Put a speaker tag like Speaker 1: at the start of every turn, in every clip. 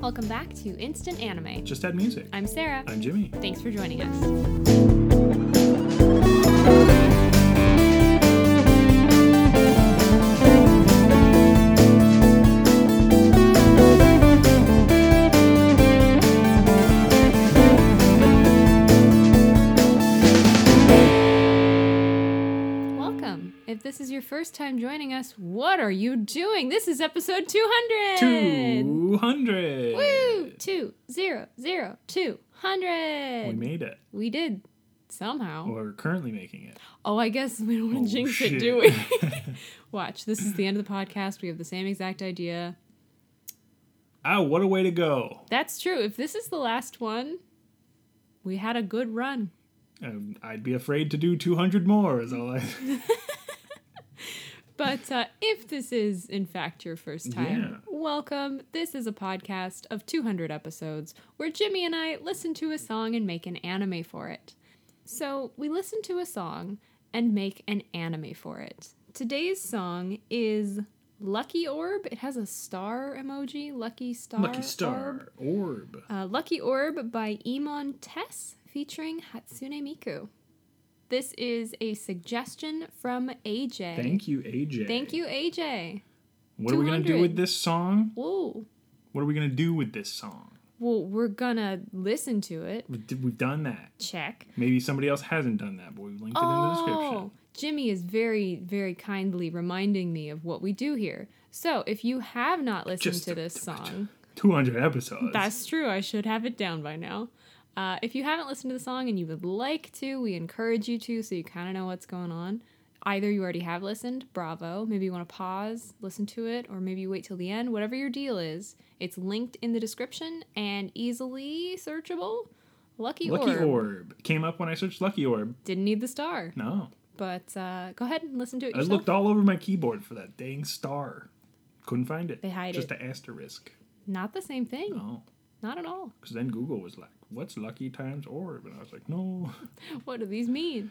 Speaker 1: Welcome back to Instant Anime.
Speaker 2: Just add music.
Speaker 1: I'm Sarah.
Speaker 2: I'm Jimmy.
Speaker 1: Thanks for joining us. Welcome. If this is your first time joining us, what are you doing? This is episode 200.
Speaker 2: 200.
Speaker 1: Woo! Two zero zero two hundred.
Speaker 2: We made it.
Speaker 1: We did somehow.
Speaker 2: We're currently making it.
Speaker 1: Oh, I guess we don't want
Speaker 2: Oh,
Speaker 1: to jinx
Speaker 2: shit.
Speaker 1: it, do we? Watch, this is the end of the podcast. We have the same exact idea.
Speaker 2: Ah, what a way to go.
Speaker 1: That's true. If this is the last one, we had a good run.
Speaker 2: Um, I'd be afraid to do 200 more, is all I.
Speaker 1: But uh, if this is, in fact, your first time,
Speaker 2: Yeah.
Speaker 1: welcome. This is a podcast of 200 episodes where Jimmy and I listen to a song and make an anime for it. So we listen to a song and make an anime for it. Today's song is Lucky Orb. It has a star emoji. Lucky Star.
Speaker 2: Lucky
Speaker 1: Orb.
Speaker 2: Star. Orb.
Speaker 1: Uh, Lucky Orb by Iman Tess featuring Hatsune Miku. This is a suggestion from AJ.
Speaker 2: Thank you, AJ.
Speaker 1: Thank you, AJ.
Speaker 2: What are we going to do
Speaker 1: 200.
Speaker 2: with this song?
Speaker 1: Whoa.
Speaker 2: What are we going to do with this song?
Speaker 1: Well, we're gonna listen to it.
Speaker 2: We- We've done that.
Speaker 1: Check.
Speaker 2: Maybe somebody else hasn't done that, but we linked it in the description.
Speaker 1: Oh, Jimmy is very, very kindly reminding me of what we do here. So, if you have not listened
Speaker 2: Just
Speaker 1: to
Speaker 2: a-
Speaker 1: this song,
Speaker 2: 200 episodes.
Speaker 1: that's true. I should have it down by now. Uh, if you haven't listened to the song and you would like to, we encourage you to, so you kind of know what's going on. Either you already have listened, bravo. Maybe you want to pause, listen to it, or maybe you wait till the end. Whatever your deal is, it's linked in the description and easily searchable. Lucky,
Speaker 2: Lucky
Speaker 1: Orb.
Speaker 2: Orb. Came up when I searched Lucky Orb.
Speaker 1: Didn't need the star.
Speaker 2: No.
Speaker 1: But uh, go ahead and listen to it
Speaker 2: I
Speaker 1: yourself.
Speaker 2: looked all over my keyboard for that dang star. Couldn't find it.
Speaker 1: They hide
Speaker 2: Just
Speaker 1: it.
Speaker 2: an asterisk.
Speaker 1: Not the same thing.
Speaker 2: No.
Speaker 1: Not at all.
Speaker 2: Because then Google was like, what's lucky times orb? And I was like, no.
Speaker 1: What do these mean?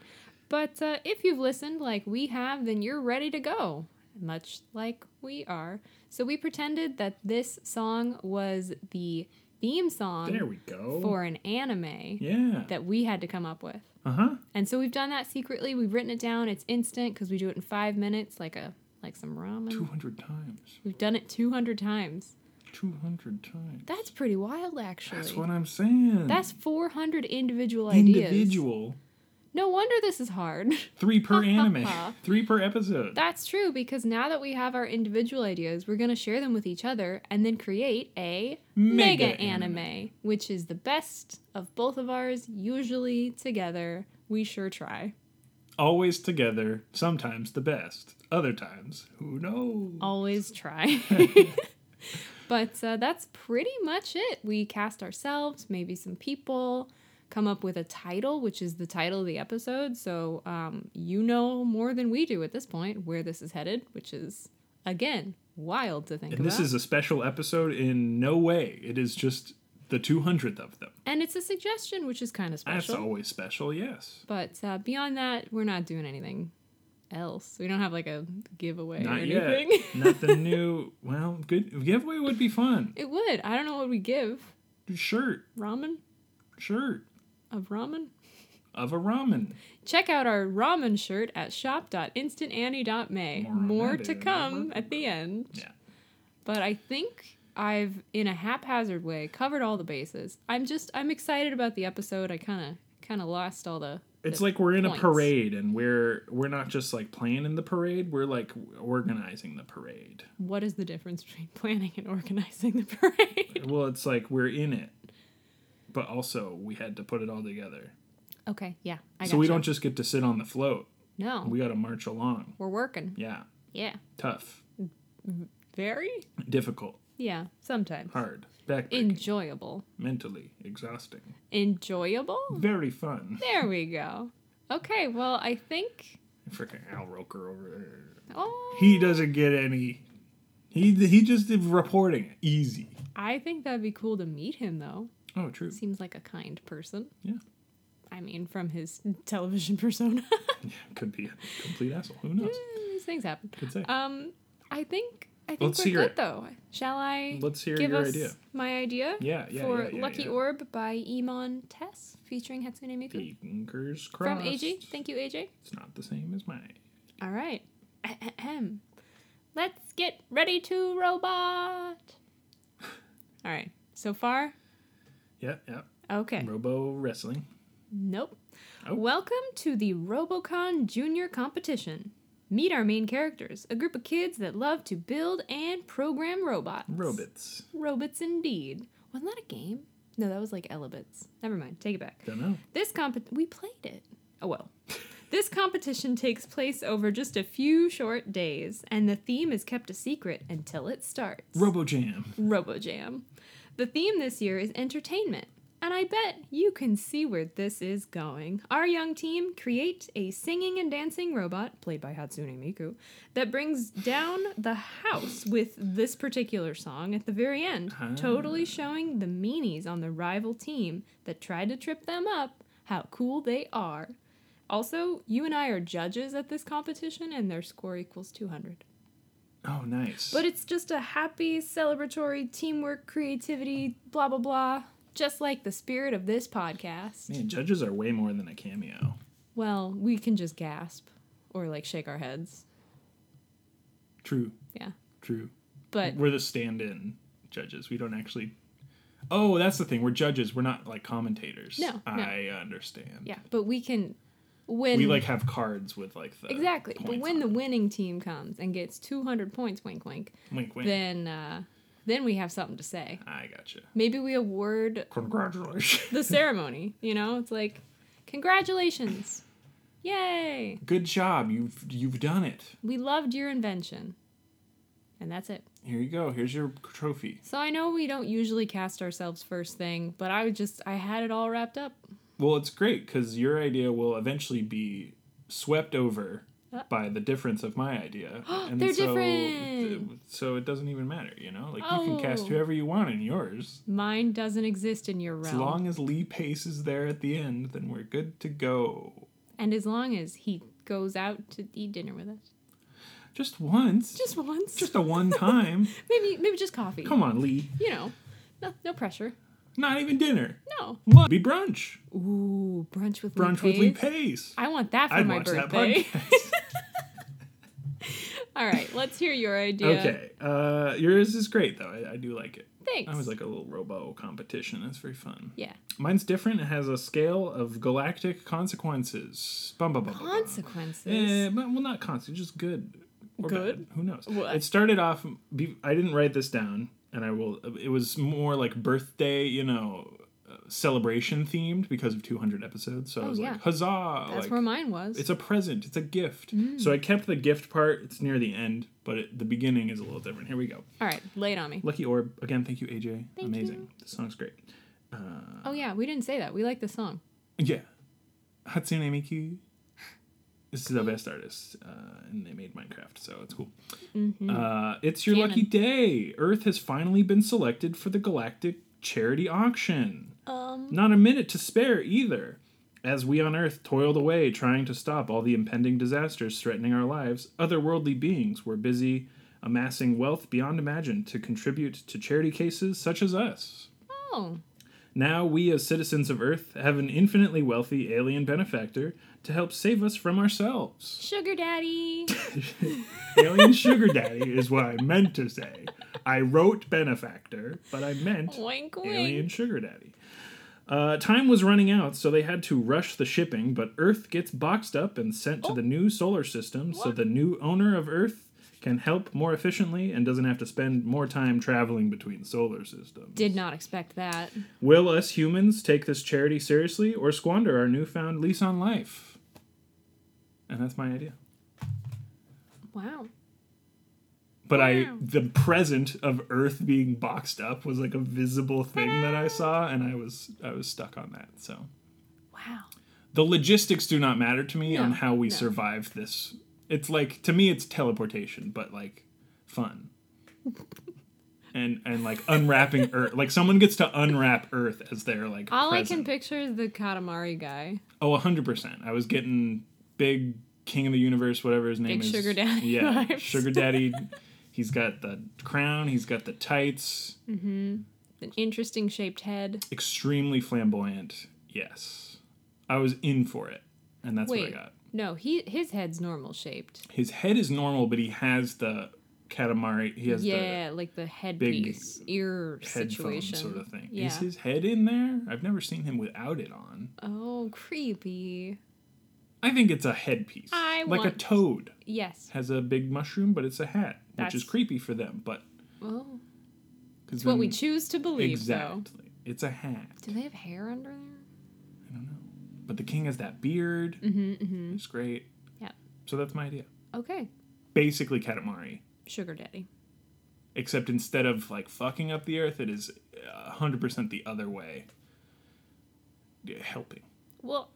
Speaker 1: But uh, if you've listened like we have, then you're ready to go, much like we are. So we pretended that this song was the theme song
Speaker 2: There we go.
Speaker 1: for an anime
Speaker 2: yeah.
Speaker 1: that Um, we had to come up with.
Speaker 2: Uh huh.
Speaker 1: And so we've done that secretly. We've written it down. It's instant because we do it in five minutes, like a like some ramen.
Speaker 2: 200 times.
Speaker 1: We've done it 200 times.
Speaker 2: 200 times.
Speaker 1: That's pretty wild, actually.
Speaker 2: That's what I'm saying.
Speaker 1: That's 400 individual ideas.
Speaker 2: individual.
Speaker 1: No wonder this is hard.
Speaker 2: Three per anime. Three per episode.
Speaker 1: That's true because now that we have our individual ideas, we're going to share them with each other and then create a mega,
Speaker 2: Mega
Speaker 1: anime,
Speaker 2: anime.
Speaker 1: which is the best of both of ours, usually together. We sure try.
Speaker 2: Always together. Sometimes the best. Other times, who knows?
Speaker 1: Always try. but uh, that's pretty much it. We cast ourselves, maybe some people, come up with a title, which is the title of the episode. So um, you know more than we do at this point where this is headed, which is, again, wild to think
Speaker 2: and
Speaker 1: about.
Speaker 2: this is a special episode in no way. It is just the 200th of them.
Speaker 1: And it's a suggestion, which is kind of
Speaker 2: That's
Speaker 1: special.
Speaker 2: always special, yes.
Speaker 1: But uh, beyond that, we're not doing anything else. We don't have like a giveaway or
Speaker 2: Not yet.
Speaker 1: anything.
Speaker 2: Nothing new. Well, good giveaway would be fun.
Speaker 1: It would. I don't know what we give.
Speaker 2: Shirt,
Speaker 1: Ramen?
Speaker 2: shirt
Speaker 1: Of ramen?
Speaker 2: of a ramen.
Speaker 1: Check out our ramen shirt at shop.instantannie.may.
Speaker 2: More
Speaker 1: More,
Speaker 2: on that
Speaker 1: to
Speaker 2: in a
Speaker 1: come
Speaker 2: moment.
Speaker 1: at the end.
Speaker 2: Yeah.
Speaker 1: But I think I've, in a haphazard way, covered all the bases. I'm just, I'm excited about the episode. I kind of, kind of lost all the.
Speaker 2: It's
Speaker 1: the
Speaker 2: like we're in
Speaker 1: points.
Speaker 2: a parade, and we're we're not just like playing in the parade. We're like organizing the parade.
Speaker 1: What is the difference between planning and organizing the parade?
Speaker 2: Well, it's like we're in it, but also we had to put it all together.
Speaker 1: Okay, yeah. I
Speaker 2: so we
Speaker 1: gotcha.
Speaker 2: don't just get to sit on the float.
Speaker 1: No,
Speaker 2: We got to march along.
Speaker 1: we're working.
Speaker 2: Yeah,
Speaker 1: Yeah.
Speaker 2: tough,
Speaker 1: Very?
Speaker 2: difficult,
Speaker 1: Yeah, sometimes.
Speaker 2: hard, back
Speaker 1: Enjoyable.
Speaker 2: mentally exhausting,
Speaker 1: Enjoyable?
Speaker 2: very fun.
Speaker 1: There we go. Okay, well, I think.
Speaker 2: Freaking Al Roker over there.
Speaker 1: Oh,
Speaker 2: He doesn't get any. He he just did reporting it. easy.
Speaker 1: I think that'd be cool to meet him, though.
Speaker 2: Oh, true.
Speaker 1: Seems like a kind person.
Speaker 2: Yeah.
Speaker 1: I mean, from his television persona.
Speaker 2: Yeah, could be a complete asshole. Who knows?
Speaker 1: These things happen.
Speaker 2: Could say.
Speaker 1: Um, I think I think
Speaker 2: Let's
Speaker 1: we're
Speaker 2: hear
Speaker 1: good
Speaker 2: it.
Speaker 1: though. Shall I
Speaker 2: Let's hear
Speaker 1: give
Speaker 2: your
Speaker 1: us
Speaker 2: idea.
Speaker 1: my idea?
Speaker 2: Yeah, yeah,
Speaker 1: for
Speaker 2: yeah, yeah,
Speaker 1: Lucky
Speaker 2: yeah.
Speaker 1: Orb by Iman Tess featuring Hatsune Miku
Speaker 2: Fingers
Speaker 1: from
Speaker 2: crossed.
Speaker 1: AJ. Thank you, AJ.
Speaker 2: It's not the same as mine.
Speaker 1: All right. Ahem. Let's get ready to robot. All right. So far,
Speaker 2: Yep, yep.
Speaker 1: okay.
Speaker 2: Robo wrestling.
Speaker 1: Nope.
Speaker 2: Oh.
Speaker 1: Welcome to the Robocon Junior competition. Meet our main characters, a group of kids that love to build and program robots.
Speaker 2: Robots.
Speaker 1: Robots indeed. Wasn't that a game? No, that was like Elebits. Never mind. Take it back.
Speaker 2: Don't know.
Speaker 1: This comp we played it. Oh well. this competition takes place over just a few short days, and the theme is kept a secret until it starts.
Speaker 2: Robo Jam.
Speaker 1: RoboJam. The theme this year is entertainment, and I bet you can see where this is going. Our young team create a singing and dancing robot, played by Hatsune Miku, that brings down the house with this particular song at the very end,
Speaker 2: Ah.
Speaker 1: totally showing the meanies on the rival team that tried to trip them up how cool they are. Also, you and I are judges at this competition, and their score equals 200.
Speaker 2: Oh, nice.
Speaker 1: But it's just a happy, celebratory, teamwork, creativity, blah, blah, blah. Just like the spirit of this podcast.
Speaker 2: Man, judges are way more than a cameo.
Speaker 1: Well, we can just gasp or like shake our heads.
Speaker 2: True.
Speaker 1: Yeah.
Speaker 2: True.
Speaker 1: But
Speaker 2: We're the stand-in judges. We don't actually. Oh, that's the thing. We're judges. We're not like commentators.
Speaker 1: No, no.
Speaker 2: I understand.
Speaker 1: yeah, but we can win.
Speaker 2: We like have cards with like the
Speaker 1: exactly. But
Speaker 2: points
Speaker 1: when
Speaker 2: on
Speaker 1: the
Speaker 2: it.
Speaker 1: winning team comes and gets 200 points, wink, wink,
Speaker 2: wink wink.
Speaker 1: then, uh, then we have something to say.
Speaker 2: I gotcha.
Speaker 1: Maybe we award
Speaker 2: Congratulations.
Speaker 1: the ceremony. You know, it's like, congratulations. Yay.
Speaker 2: Good job. You've you've done it.
Speaker 1: We loved your invention. And that's it.
Speaker 2: Here you go. Here's your trophy.
Speaker 1: So I know we don't usually cast ourselves first thing, but I would just I had it all wrapped up.
Speaker 2: Well, it's great because your idea will eventually be swept over
Speaker 1: Uh.
Speaker 2: by the difference of my idea. and
Speaker 1: They're
Speaker 2: so,
Speaker 1: different!
Speaker 2: so it doesn't even matter, you know? Like, you can cast
Speaker 1: Oh.
Speaker 2: whoever you want in yours.
Speaker 1: Mine doesn't exist in your
Speaker 2: As
Speaker 1: realm.
Speaker 2: long as Lee Pace is there at the end, then we're good to go.
Speaker 1: and as long as he goes out to eat dinner with us.
Speaker 2: Just once. Just,
Speaker 1: Just once.
Speaker 2: a one time.
Speaker 1: maybe maybe just coffee.
Speaker 2: Come on, Lee.
Speaker 1: You know. No, no pressure.
Speaker 2: Not even dinner.
Speaker 1: No.
Speaker 2: What? Be brunch.
Speaker 1: Ooh, brunch with
Speaker 2: Brunch
Speaker 1: Lee
Speaker 2: with Lee
Speaker 1: Pace.
Speaker 2: Pace.
Speaker 1: I want that for
Speaker 2: I'd
Speaker 1: my
Speaker 2: watch that
Speaker 1: birthday.
Speaker 2: podcast.
Speaker 1: all right, let's hear your idea.
Speaker 2: Okay. Uh, yours is great, though. I, I do like it.
Speaker 1: Thanks.
Speaker 2: I was like a little robo competition. That's very fun.
Speaker 1: yeah.
Speaker 2: Mine's different. It has a scale of galactic consequences. Bum, bum, bum, bum, bum.
Speaker 1: Consequences.
Speaker 2: Eh, but, well, not consequences, just good. or
Speaker 1: Good?
Speaker 2: bad. Who knows?
Speaker 1: What?
Speaker 2: It started off. be- I didn't write this down, and I will. It was more like birthday, you know, uh, celebration themed because of 200 episodes. So I
Speaker 1: Oh,
Speaker 2: was
Speaker 1: yeah.
Speaker 2: like, huzzah!
Speaker 1: That's
Speaker 2: like,
Speaker 1: where mine was.
Speaker 2: it's a present. It's a gift. So I kept the gift part. It's near the end, but it, the beginning is a little different. Here we go.
Speaker 1: all right, lay it on me.
Speaker 2: Lucky Orb. Again, thank you, AJ.
Speaker 1: Thank
Speaker 2: Amazing.
Speaker 1: you.
Speaker 2: The song's great.
Speaker 1: Oh yeah, we didn't say that. We like the song.
Speaker 2: Yeah. Hatsune Miku. This is the best artist, uh, and they made Minecraft, so it's cool. Uh, it's your
Speaker 1: Mm-hmm. Canon.
Speaker 2: lucky day. Earth has finally been selected for the Galactic Charity Auction.
Speaker 1: Um
Speaker 2: Not a minute to spare either. As we on Earth toiled away trying to stop all the impending disasters threatening our lives, otherworldly beings were busy amassing wealth beyond imagine to contribute to charity cases such as us.
Speaker 1: Oh,
Speaker 2: Now we, as citizens of Earth, have an infinitely wealthy alien benefactor to help save us from ourselves.
Speaker 1: sugar daddy.
Speaker 2: alien sugar daddy is what I meant to say. I wrote benefactor, but I meant
Speaker 1: wink, wink.
Speaker 2: alien sugar daddy. Uh, time was running out, so they had to rush the shipping, but Earth gets boxed up and sent to the new solar system so
Speaker 1: What?
Speaker 2: the new owner of Earth can help more efficiently and doesn't have to spend more time traveling between solar systems.
Speaker 1: Did not expect that.
Speaker 2: Will us humans take this charity seriously or squander our newfound lease on life? And that's my idea.
Speaker 1: Wow.
Speaker 2: But I
Speaker 1: Wow.
Speaker 2: the present of Earth being boxed up was like a visible thing that I
Speaker 1: Ah.
Speaker 2: saw and I was I was stuck on that. So
Speaker 1: Wow.
Speaker 2: the logistics do not matter to me
Speaker 1: No,
Speaker 2: on how we
Speaker 1: no.
Speaker 2: survive this. It's like to me it's teleportation, but like fun. and and like unwrapping Earth like someone gets to unwrap Earth as their like
Speaker 1: All I can
Speaker 2: present.
Speaker 1: picture is the Katamari guy.
Speaker 2: Oh, 100%. I was getting big King of the Universe, whatever his name
Speaker 1: Big
Speaker 2: is.
Speaker 1: Sugar Daddy
Speaker 2: Yeah,
Speaker 1: vibes.
Speaker 2: Sugar Daddy. He's got the crown, he's got the tights.
Speaker 1: An interesting shaped head.
Speaker 2: Extremely flamboyant. Yes. I was in for it. And that's what I
Speaker 1: Wait,
Speaker 2: got.
Speaker 1: no, he his head's normal shaped.
Speaker 2: His head is normal, but he has the Katamari. He has
Speaker 1: Yeah, like the headpiece, ear
Speaker 2: the headphone
Speaker 1: situation.
Speaker 2: sort of thing.
Speaker 1: Yeah.
Speaker 2: Is his head in there? I've never seen him without it on.
Speaker 1: oh, creepy.
Speaker 2: I think it's a headpiece.
Speaker 1: I
Speaker 2: like a
Speaker 1: want-
Speaker 2: toad
Speaker 1: Yes.
Speaker 2: has a big mushroom, but it's a hat, which
Speaker 1: That's-
Speaker 2: is creepy for them. But
Speaker 1: Well,
Speaker 2: because
Speaker 1: it's what we choose to believe,
Speaker 2: exactly, it's a hat.
Speaker 1: though. Do they have hair under there?
Speaker 2: I don't know. But the king has that beard.
Speaker 1: Mm-hmm. mm-hmm.
Speaker 2: It's great.
Speaker 1: Yeah.
Speaker 2: So that's my idea.
Speaker 1: Okay.
Speaker 2: Basically, Katamari,
Speaker 1: Sugar daddy.
Speaker 2: except instead of like fucking up the earth, it is uh, 100% the other way. Yeah, helping.
Speaker 1: Well,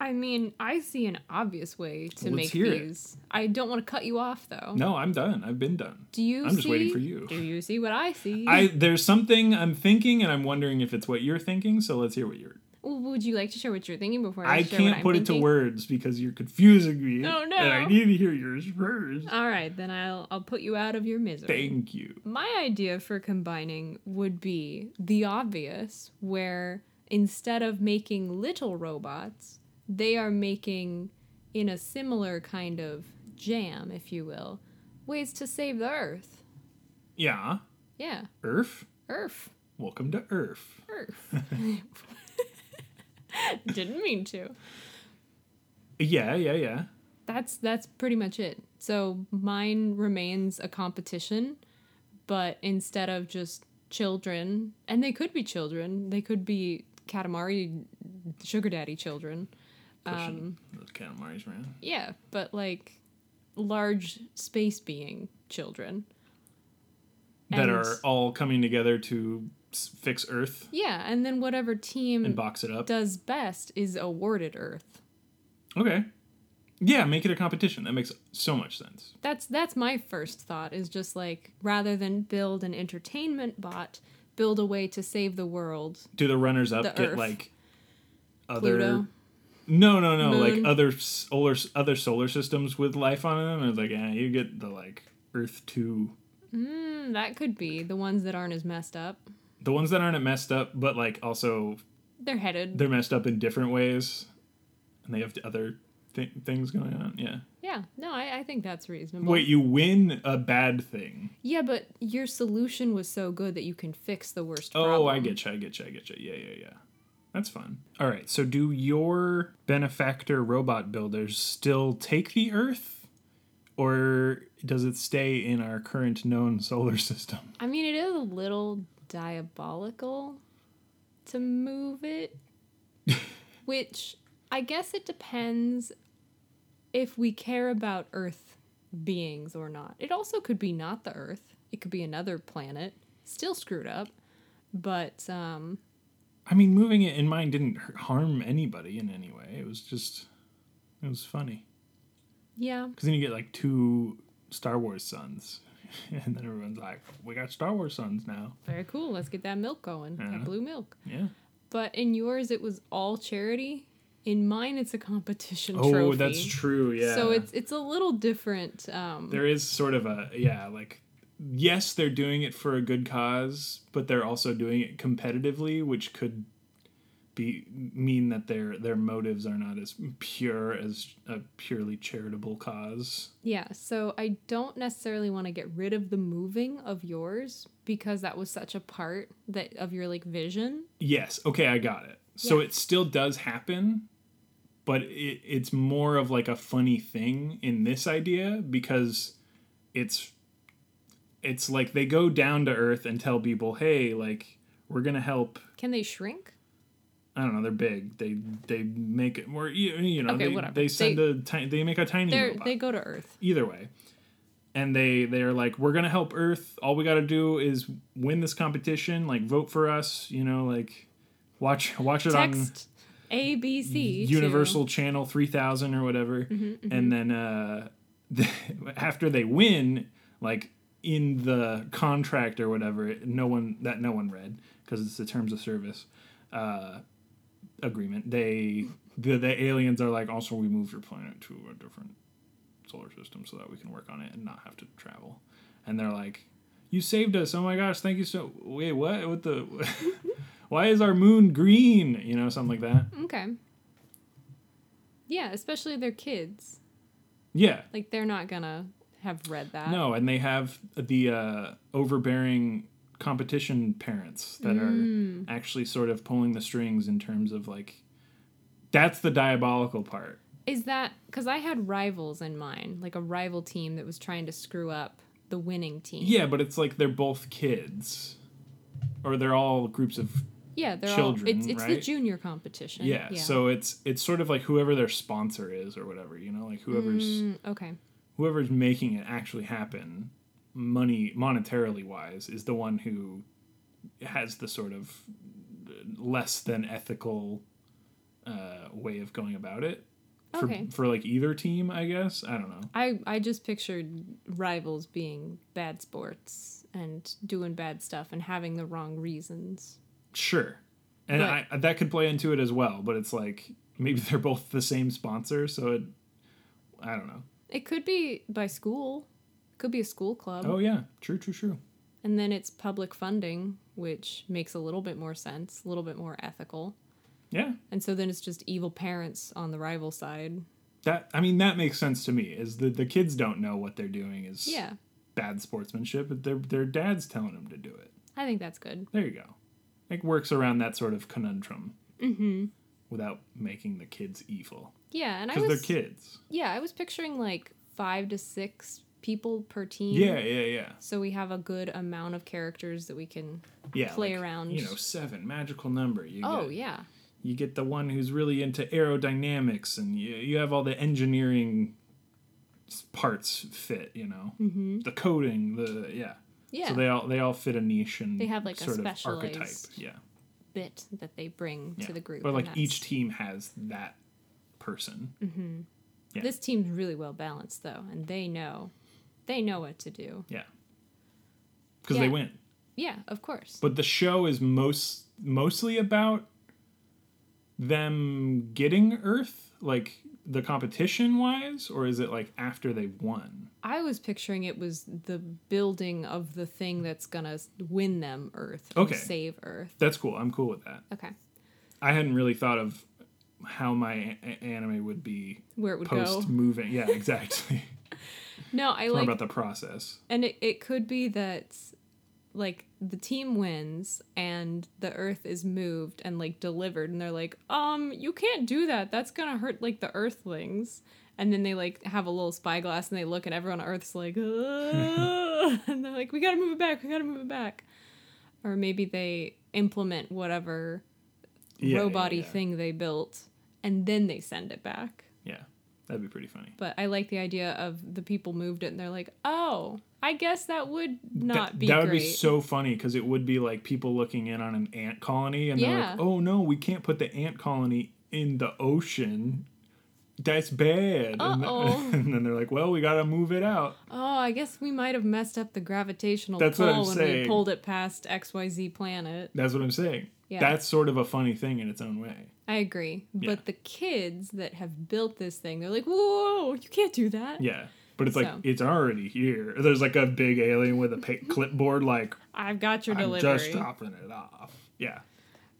Speaker 1: I mean, I see an obvious way to
Speaker 2: Well, let's
Speaker 1: make
Speaker 2: hear it.
Speaker 1: these. I don't want to cut you off though.
Speaker 2: No, I'm done. I've been done.
Speaker 1: Do you
Speaker 2: I'm just waiting
Speaker 1: see-
Speaker 2: for you.
Speaker 1: Do you see what I see?
Speaker 2: I there's something I'm thinking, and I'm wondering if it's what you're thinking. So let's hear what you're.
Speaker 1: Well, would you like to share what you're thinking before I,
Speaker 2: I
Speaker 1: share
Speaker 2: can't
Speaker 1: what
Speaker 2: put
Speaker 1: I'm
Speaker 2: it to
Speaker 1: thinking?
Speaker 2: words because you're confusing me.
Speaker 1: Oh, no. Uh,
Speaker 2: And I need to hear yours first.
Speaker 1: All right, then I'll I'll put you out of your misery.
Speaker 2: Thank you.
Speaker 1: My idea for combining would be the obvious, where instead of making little robots, they are making, in a similar kind of jam, if you will, ways to save the Earth.
Speaker 2: Yeah,
Speaker 1: Yeah,
Speaker 2: Earth.
Speaker 1: Earth,
Speaker 2: Welcome to Earth.
Speaker 1: Earth. Didn't mean to.
Speaker 2: Yeah, yeah, yeah.
Speaker 1: That's that's pretty much it. So mine remains a competition, but instead of just children, and they could be children, they could be Katamari sugar daddy children. Um,
Speaker 2: Pushing those Katamari's around.
Speaker 1: Yeah, but like large space being children.
Speaker 2: that
Speaker 1: And-
Speaker 2: are all coming together to s- fix Earth
Speaker 1: Yeah, and then whatever
Speaker 2: and
Speaker 1: team
Speaker 2: box it up.
Speaker 1: does best is awarded Earth.
Speaker 2: Okay. Yeah, make it a competition. That makes so much sense.
Speaker 1: That's that's my first thought is just like rather than build an entertainment bot, build a way to save the world
Speaker 2: Do the runners up
Speaker 1: The
Speaker 2: get
Speaker 1: Earth.
Speaker 2: like other
Speaker 1: Pluto.
Speaker 2: No, no, no, like
Speaker 1: Moon.
Speaker 2: other solar other solar systems with life on them and it's like, yeah, you get the like Earth 2
Speaker 1: Mm, that could be the ones that aren't as messed up.
Speaker 2: the ones that aren't messed up but like also
Speaker 1: They're headed.
Speaker 2: they're messed up in different ways and they have other th- things going on. Yeah.
Speaker 1: yeah. No, I, I think that's reasonable.
Speaker 2: Wait, you win a bad thing.
Speaker 1: Yeah, but your solution was so good that you can fix the worst
Speaker 2: Oh,
Speaker 1: problem.
Speaker 2: I get you. I get you. I get you. Yeah, yeah, yeah. That's fun. All right. So, do your benefactor robot builders still take the Earth, or does it stay in our current known solar system?
Speaker 1: I mean, it is a little diabolical to move it, which I guess it depends if we care about Earth beings or not. It also could be not the Earth, it could be another planet, still screwed up, but um,
Speaker 2: I mean, moving it in mind didn't h- harm anybody in any way. It was just, it was funny
Speaker 1: yeah.
Speaker 2: because then you get like two Star Wars suns, and then everyone's like, "We got Star Wars suns now."
Speaker 1: Very cool. Let's get that milk going.
Speaker 2: Yeah.
Speaker 1: That blue milk.
Speaker 2: Yeah.
Speaker 1: But in yours, it was all charity. In mine, it's a competition
Speaker 2: Oh,
Speaker 1: trophy.
Speaker 2: that's true. Yeah.
Speaker 1: So it's it's a little different. Um,
Speaker 2: there is sort of a yeah like yes they're doing it for a good cause but they're also doing it competitively which could be mean that their their motives are not as pure as a purely charitable cause
Speaker 1: yeah. So I don't necessarily want to get rid of the moving of yours because that was such a part that of your like vision.
Speaker 2: yes okay i got it so
Speaker 1: Yeah.
Speaker 2: it still does happen but it, it's more of like a funny thing in this idea because it's it's like they go down to earth and tell people hey like we're gonna help
Speaker 1: Can they shrink?
Speaker 2: I don't know. They're big. They they make it more. You, you know,
Speaker 1: Okay,
Speaker 2: they,
Speaker 1: whatever.
Speaker 2: they send
Speaker 1: They-
Speaker 2: a tiny. They make a tiny
Speaker 1: They
Speaker 2: robot.
Speaker 1: they go to Earth.
Speaker 2: Either way, and they they are like, we're gonna help Earth. All we gotta do is win this competition. Like, vote for us. You know, like, watch watch it on
Speaker 1: Text A B C to-
Speaker 2: Universal Channel 3000 or whatever. And then uh, after they win, like in the contract or whatever, no one that no one read because it's the terms of service uh, agreement. They the, the aliens are like, also we moved your planet to a different solar system so that we can work on it and not have to travel. and they're like, "You saved us! Oh my gosh, thank you so. Wait, what? What the? Why is our moon green? You know, something like that.
Speaker 1: Okay. Yeah, especially their kids.
Speaker 2: Yeah,
Speaker 1: Like they're not gonna have read that.
Speaker 2: no, and they have the uh, overbearing competition parents that are actually sort of pulling the strings in terms of like, that's the diabolical part.
Speaker 1: Is that because I had rivals in mind, like a rival team that was trying to screw up the winning team?
Speaker 2: Yeah, but it's like they're both kids, or they're all groups of
Speaker 1: yeah, they're
Speaker 2: Children,
Speaker 1: all. It's, it's the
Speaker 2: right?
Speaker 1: junior competition.
Speaker 2: yeah, So it's it's sort of like whoever their sponsor is or whatever, you know, like whoever's
Speaker 1: Mm, okay.
Speaker 2: whoever's making it actually happen, money monetarily wise, is the one who has the sort of less than ethical uh, way of going about it. For,
Speaker 1: Okay.
Speaker 2: for like either team, I guess. I don't know.
Speaker 1: I I just pictured rivals being bad sports and doing bad stuff and having the wrong reasons.
Speaker 2: Sure. And
Speaker 1: But-
Speaker 2: I, that could play into it as well, but it's like maybe they're both the same sponsor, so it I don't know.
Speaker 1: It could be by school. could be a school club.
Speaker 2: Oh yeah, true, true, true.
Speaker 1: And then it's public funding, which makes a little bit more sense, a little bit more ethical.
Speaker 2: Yeah.
Speaker 1: And so then it's just evil parents on the rival side.
Speaker 2: That I mean that makes sense to me. Is that the kids don't know what they're doing is
Speaker 1: Yeah,
Speaker 2: bad sportsmanship, but their their dad's telling them to do it.
Speaker 1: I think that's good.
Speaker 2: There you go. It works around that sort of conundrum mm-hmm. without making the kids evil
Speaker 1: Yeah, and I
Speaker 2: because
Speaker 1: was
Speaker 2: they're kids.
Speaker 1: yeah, I was picturing like five to six people per team.
Speaker 2: Yeah, yeah, yeah,
Speaker 1: So we have a good amount of characters that we can.
Speaker 2: yeah.
Speaker 1: Play
Speaker 2: like,
Speaker 1: around.
Speaker 2: You know, seven magical number. You
Speaker 1: Oh
Speaker 2: get,
Speaker 1: yeah,
Speaker 2: You get the one who's really into aerodynamics, and you you have all the engineering s- parts fit. You know, mm-hmm. the coding, the yeah.
Speaker 1: yeah.
Speaker 2: So they all they all fit a niche and
Speaker 1: They have, like, a
Speaker 2: sort of archetype.
Speaker 1: specialized
Speaker 2: Yeah.
Speaker 1: bit that they bring
Speaker 2: yeah.
Speaker 1: to the group.
Speaker 2: But
Speaker 1: and
Speaker 2: like
Speaker 1: that's-
Speaker 2: each team has that person. yeah.
Speaker 1: This team's really well balanced though, and they know, they know what to do.
Speaker 2: Yeah. Because
Speaker 1: Yeah.
Speaker 2: they win.
Speaker 1: Yeah, of course.
Speaker 2: But the show is most mostly about them getting Earth, like the competition wise, or is it like after they won?
Speaker 1: I was picturing it was the building of the thing that's gonna s- win them Earth or
Speaker 2: Okay.
Speaker 1: save Earth.
Speaker 2: That's cool. I'm cool with that.
Speaker 1: Okay,
Speaker 2: I hadn't really thought of how my a- anime would be
Speaker 1: where it would
Speaker 2: post
Speaker 1: go.
Speaker 2: moving. Yeah, exactly.
Speaker 1: No, I
Speaker 2: More
Speaker 1: like,
Speaker 2: about the process.
Speaker 1: and it, it could be that like the team wins and the Earth is moved and like delivered, and they're like, um, you can't do that. That's gonna hurt like the Earthlings. And then they like have a little spyglass and they look, and everyone on Earth's like, "Ugh," and they're like, we gotta move it back. We gotta move it back. Or maybe they implement whatever
Speaker 2: Yeah, yeah,
Speaker 1: robot
Speaker 2: yeah.
Speaker 1: thing they built and then they send it back.
Speaker 2: Yeah, that'd be pretty funny.
Speaker 1: But I like the idea of the people moved it and they're like, oh, I guess that would not
Speaker 2: that,
Speaker 1: be
Speaker 2: that would
Speaker 1: great.
Speaker 2: be so funny because it would be like people looking in on an ant colony and they're
Speaker 1: Yeah.
Speaker 2: like oh no we can't put the ant colony in the ocean that's bad and,
Speaker 1: Uh-oh.
Speaker 2: then, and then they're like well we gotta move it out
Speaker 1: oh, I guess we might have messed up the gravitational
Speaker 2: That's what I'm
Speaker 1: pull when
Speaker 2: saying.
Speaker 1: we pulled it past XYZ planet.
Speaker 2: that's what i'm saying
Speaker 1: Yeah.
Speaker 2: that's sort of a funny thing in its own way
Speaker 1: I agree.
Speaker 2: Yeah.
Speaker 1: But the kids that have built this thing, they're like, whoa, you can't do that.
Speaker 2: yeah but it's like
Speaker 1: So.
Speaker 2: it's already here there's like a big alien with a pa- clipboard like
Speaker 1: I've got your
Speaker 2: i'm
Speaker 1: delivery.
Speaker 2: just topping it off yeah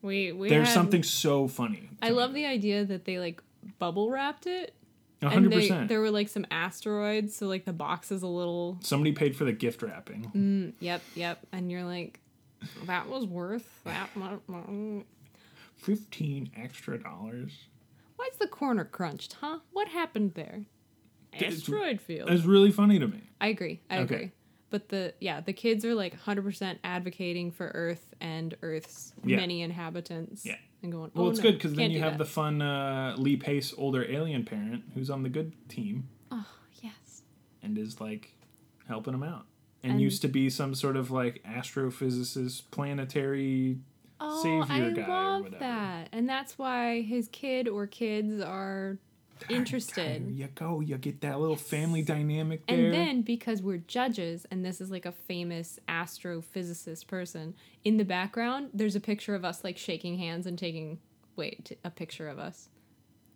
Speaker 1: we, we
Speaker 2: there's
Speaker 1: had-
Speaker 2: something so funny
Speaker 1: I love the idea that they like bubble wrapped it. And they,
Speaker 2: 100%
Speaker 1: there were like some asteroids, so like the box is a little.
Speaker 2: somebody paid for the gift wrapping
Speaker 1: Mm, yep, yep. And you're like, that was worth that much. money."
Speaker 2: 15 extra dollars
Speaker 1: Why's the corner crunched, huh? What happened there?
Speaker 2: It's-
Speaker 1: Asteroid field.
Speaker 2: It's really funny to me.
Speaker 1: I agree. I
Speaker 2: Okay.
Speaker 1: agree. But the yeah, the kids are like 100% advocating for Earth and Earth's
Speaker 2: Yeah.
Speaker 1: many inhabitants.
Speaker 2: Yeah.
Speaker 1: And going.
Speaker 2: Well,
Speaker 1: oh,
Speaker 2: it's
Speaker 1: no,
Speaker 2: good because then
Speaker 1: can't
Speaker 2: you
Speaker 1: do
Speaker 2: have
Speaker 1: that."
Speaker 2: the fun uh, Lee Pace older alien parent who's on the good team
Speaker 1: Oh yes.
Speaker 2: and is like helping him out. And,
Speaker 1: And-
Speaker 2: used to be some sort of like astrophysicist, planetary.
Speaker 1: Oh,
Speaker 2: Savior
Speaker 1: I
Speaker 2: guy or
Speaker 1: love
Speaker 2: whatever.
Speaker 1: that, and that's why his kid or kids are interested.
Speaker 2: There you go. You get that little family dynamic there.
Speaker 1: And then because we're judges, and this is like a famous astrophysicist person, in the background, there's a picture of us like shaking hands and taking, wait, t- a picture of us.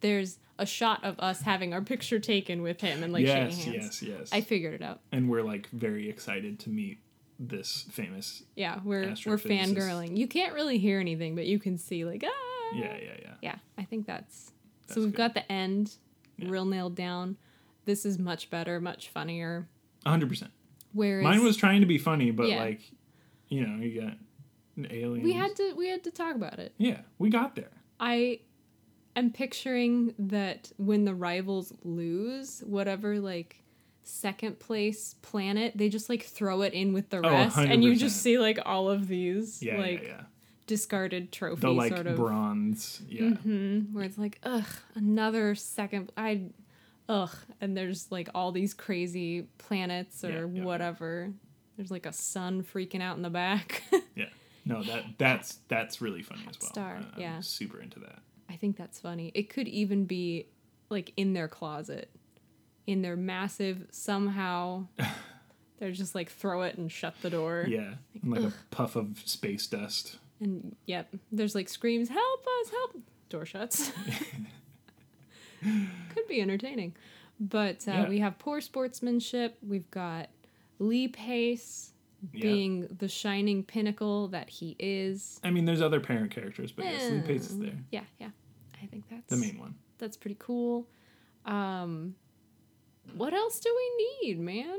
Speaker 1: there's a shot of us having our picture taken with him and like
Speaker 2: yes,
Speaker 1: shaking hands.
Speaker 2: yes, yes.
Speaker 1: I figured it out.
Speaker 2: and we're like very excited to meet this famous.
Speaker 1: Yeah, we're we're
Speaker 2: Astrophysicist.
Speaker 1: fangirling. You can't really hear anything, but you can see like ah.
Speaker 2: Yeah, yeah, yeah.
Speaker 1: Yeah, I think that's,
Speaker 2: That's
Speaker 1: so we've
Speaker 2: good.
Speaker 1: got the end
Speaker 2: Yeah.
Speaker 1: real nailed down. This is much better, much funnier.
Speaker 2: A hundred percent.
Speaker 1: Whereas
Speaker 2: Mine was trying to be funny, but
Speaker 1: Yeah.
Speaker 2: like, you know, you got an alien.
Speaker 1: we had to we had to talk about it.
Speaker 2: Yeah, we got there.
Speaker 1: I am picturing that when the rivals lose, whatever like second place planet, they just like throw it in with the rest, and you
Speaker 2: 100%.
Speaker 1: just see like all of these
Speaker 2: Oh, Yeah,
Speaker 1: like
Speaker 2: yeah, yeah.
Speaker 1: discarded trophies,
Speaker 2: The like
Speaker 1: sort of.
Speaker 2: bronze. Yeah.
Speaker 1: Mhm, where it's like, ugh, another second. I, ugh, and there's like all these crazy planets or
Speaker 2: Yeah, yeah, yeah.
Speaker 1: whatever. There's like a sun freaking out in the back.
Speaker 2: Yeah. No, that that's that's really funny as well.
Speaker 1: Star,
Speaker 2: I'm
Speaker 1: yeah.
Speaker 2: Super into that.
Speaker 1: I think that's funny. It could even be like in their closet, in their massive somehow. They're just like throw it and shut the door.
Speaker 2: Yeah. And like a puff of space dust.
Speaker 1: And yep, there's like screams, help us, help! Door shuts. Could be entertaining. But uh,
Speaker 2: Yeah.
Speaker 1: we have poor sportsmanship. We've got Lee Pace
Speaker 2: Yeah.
Speaker 1: being the shining pinnacle that he is.
Speaker 2: I mean, there's other parent characters, but yes, Lee Pace is there.
Speaker 1: Yeah, yeah. I think that's
Speaker 2: The main one.
Speaker 1: that's pretty cool. Um, what else do we need, man?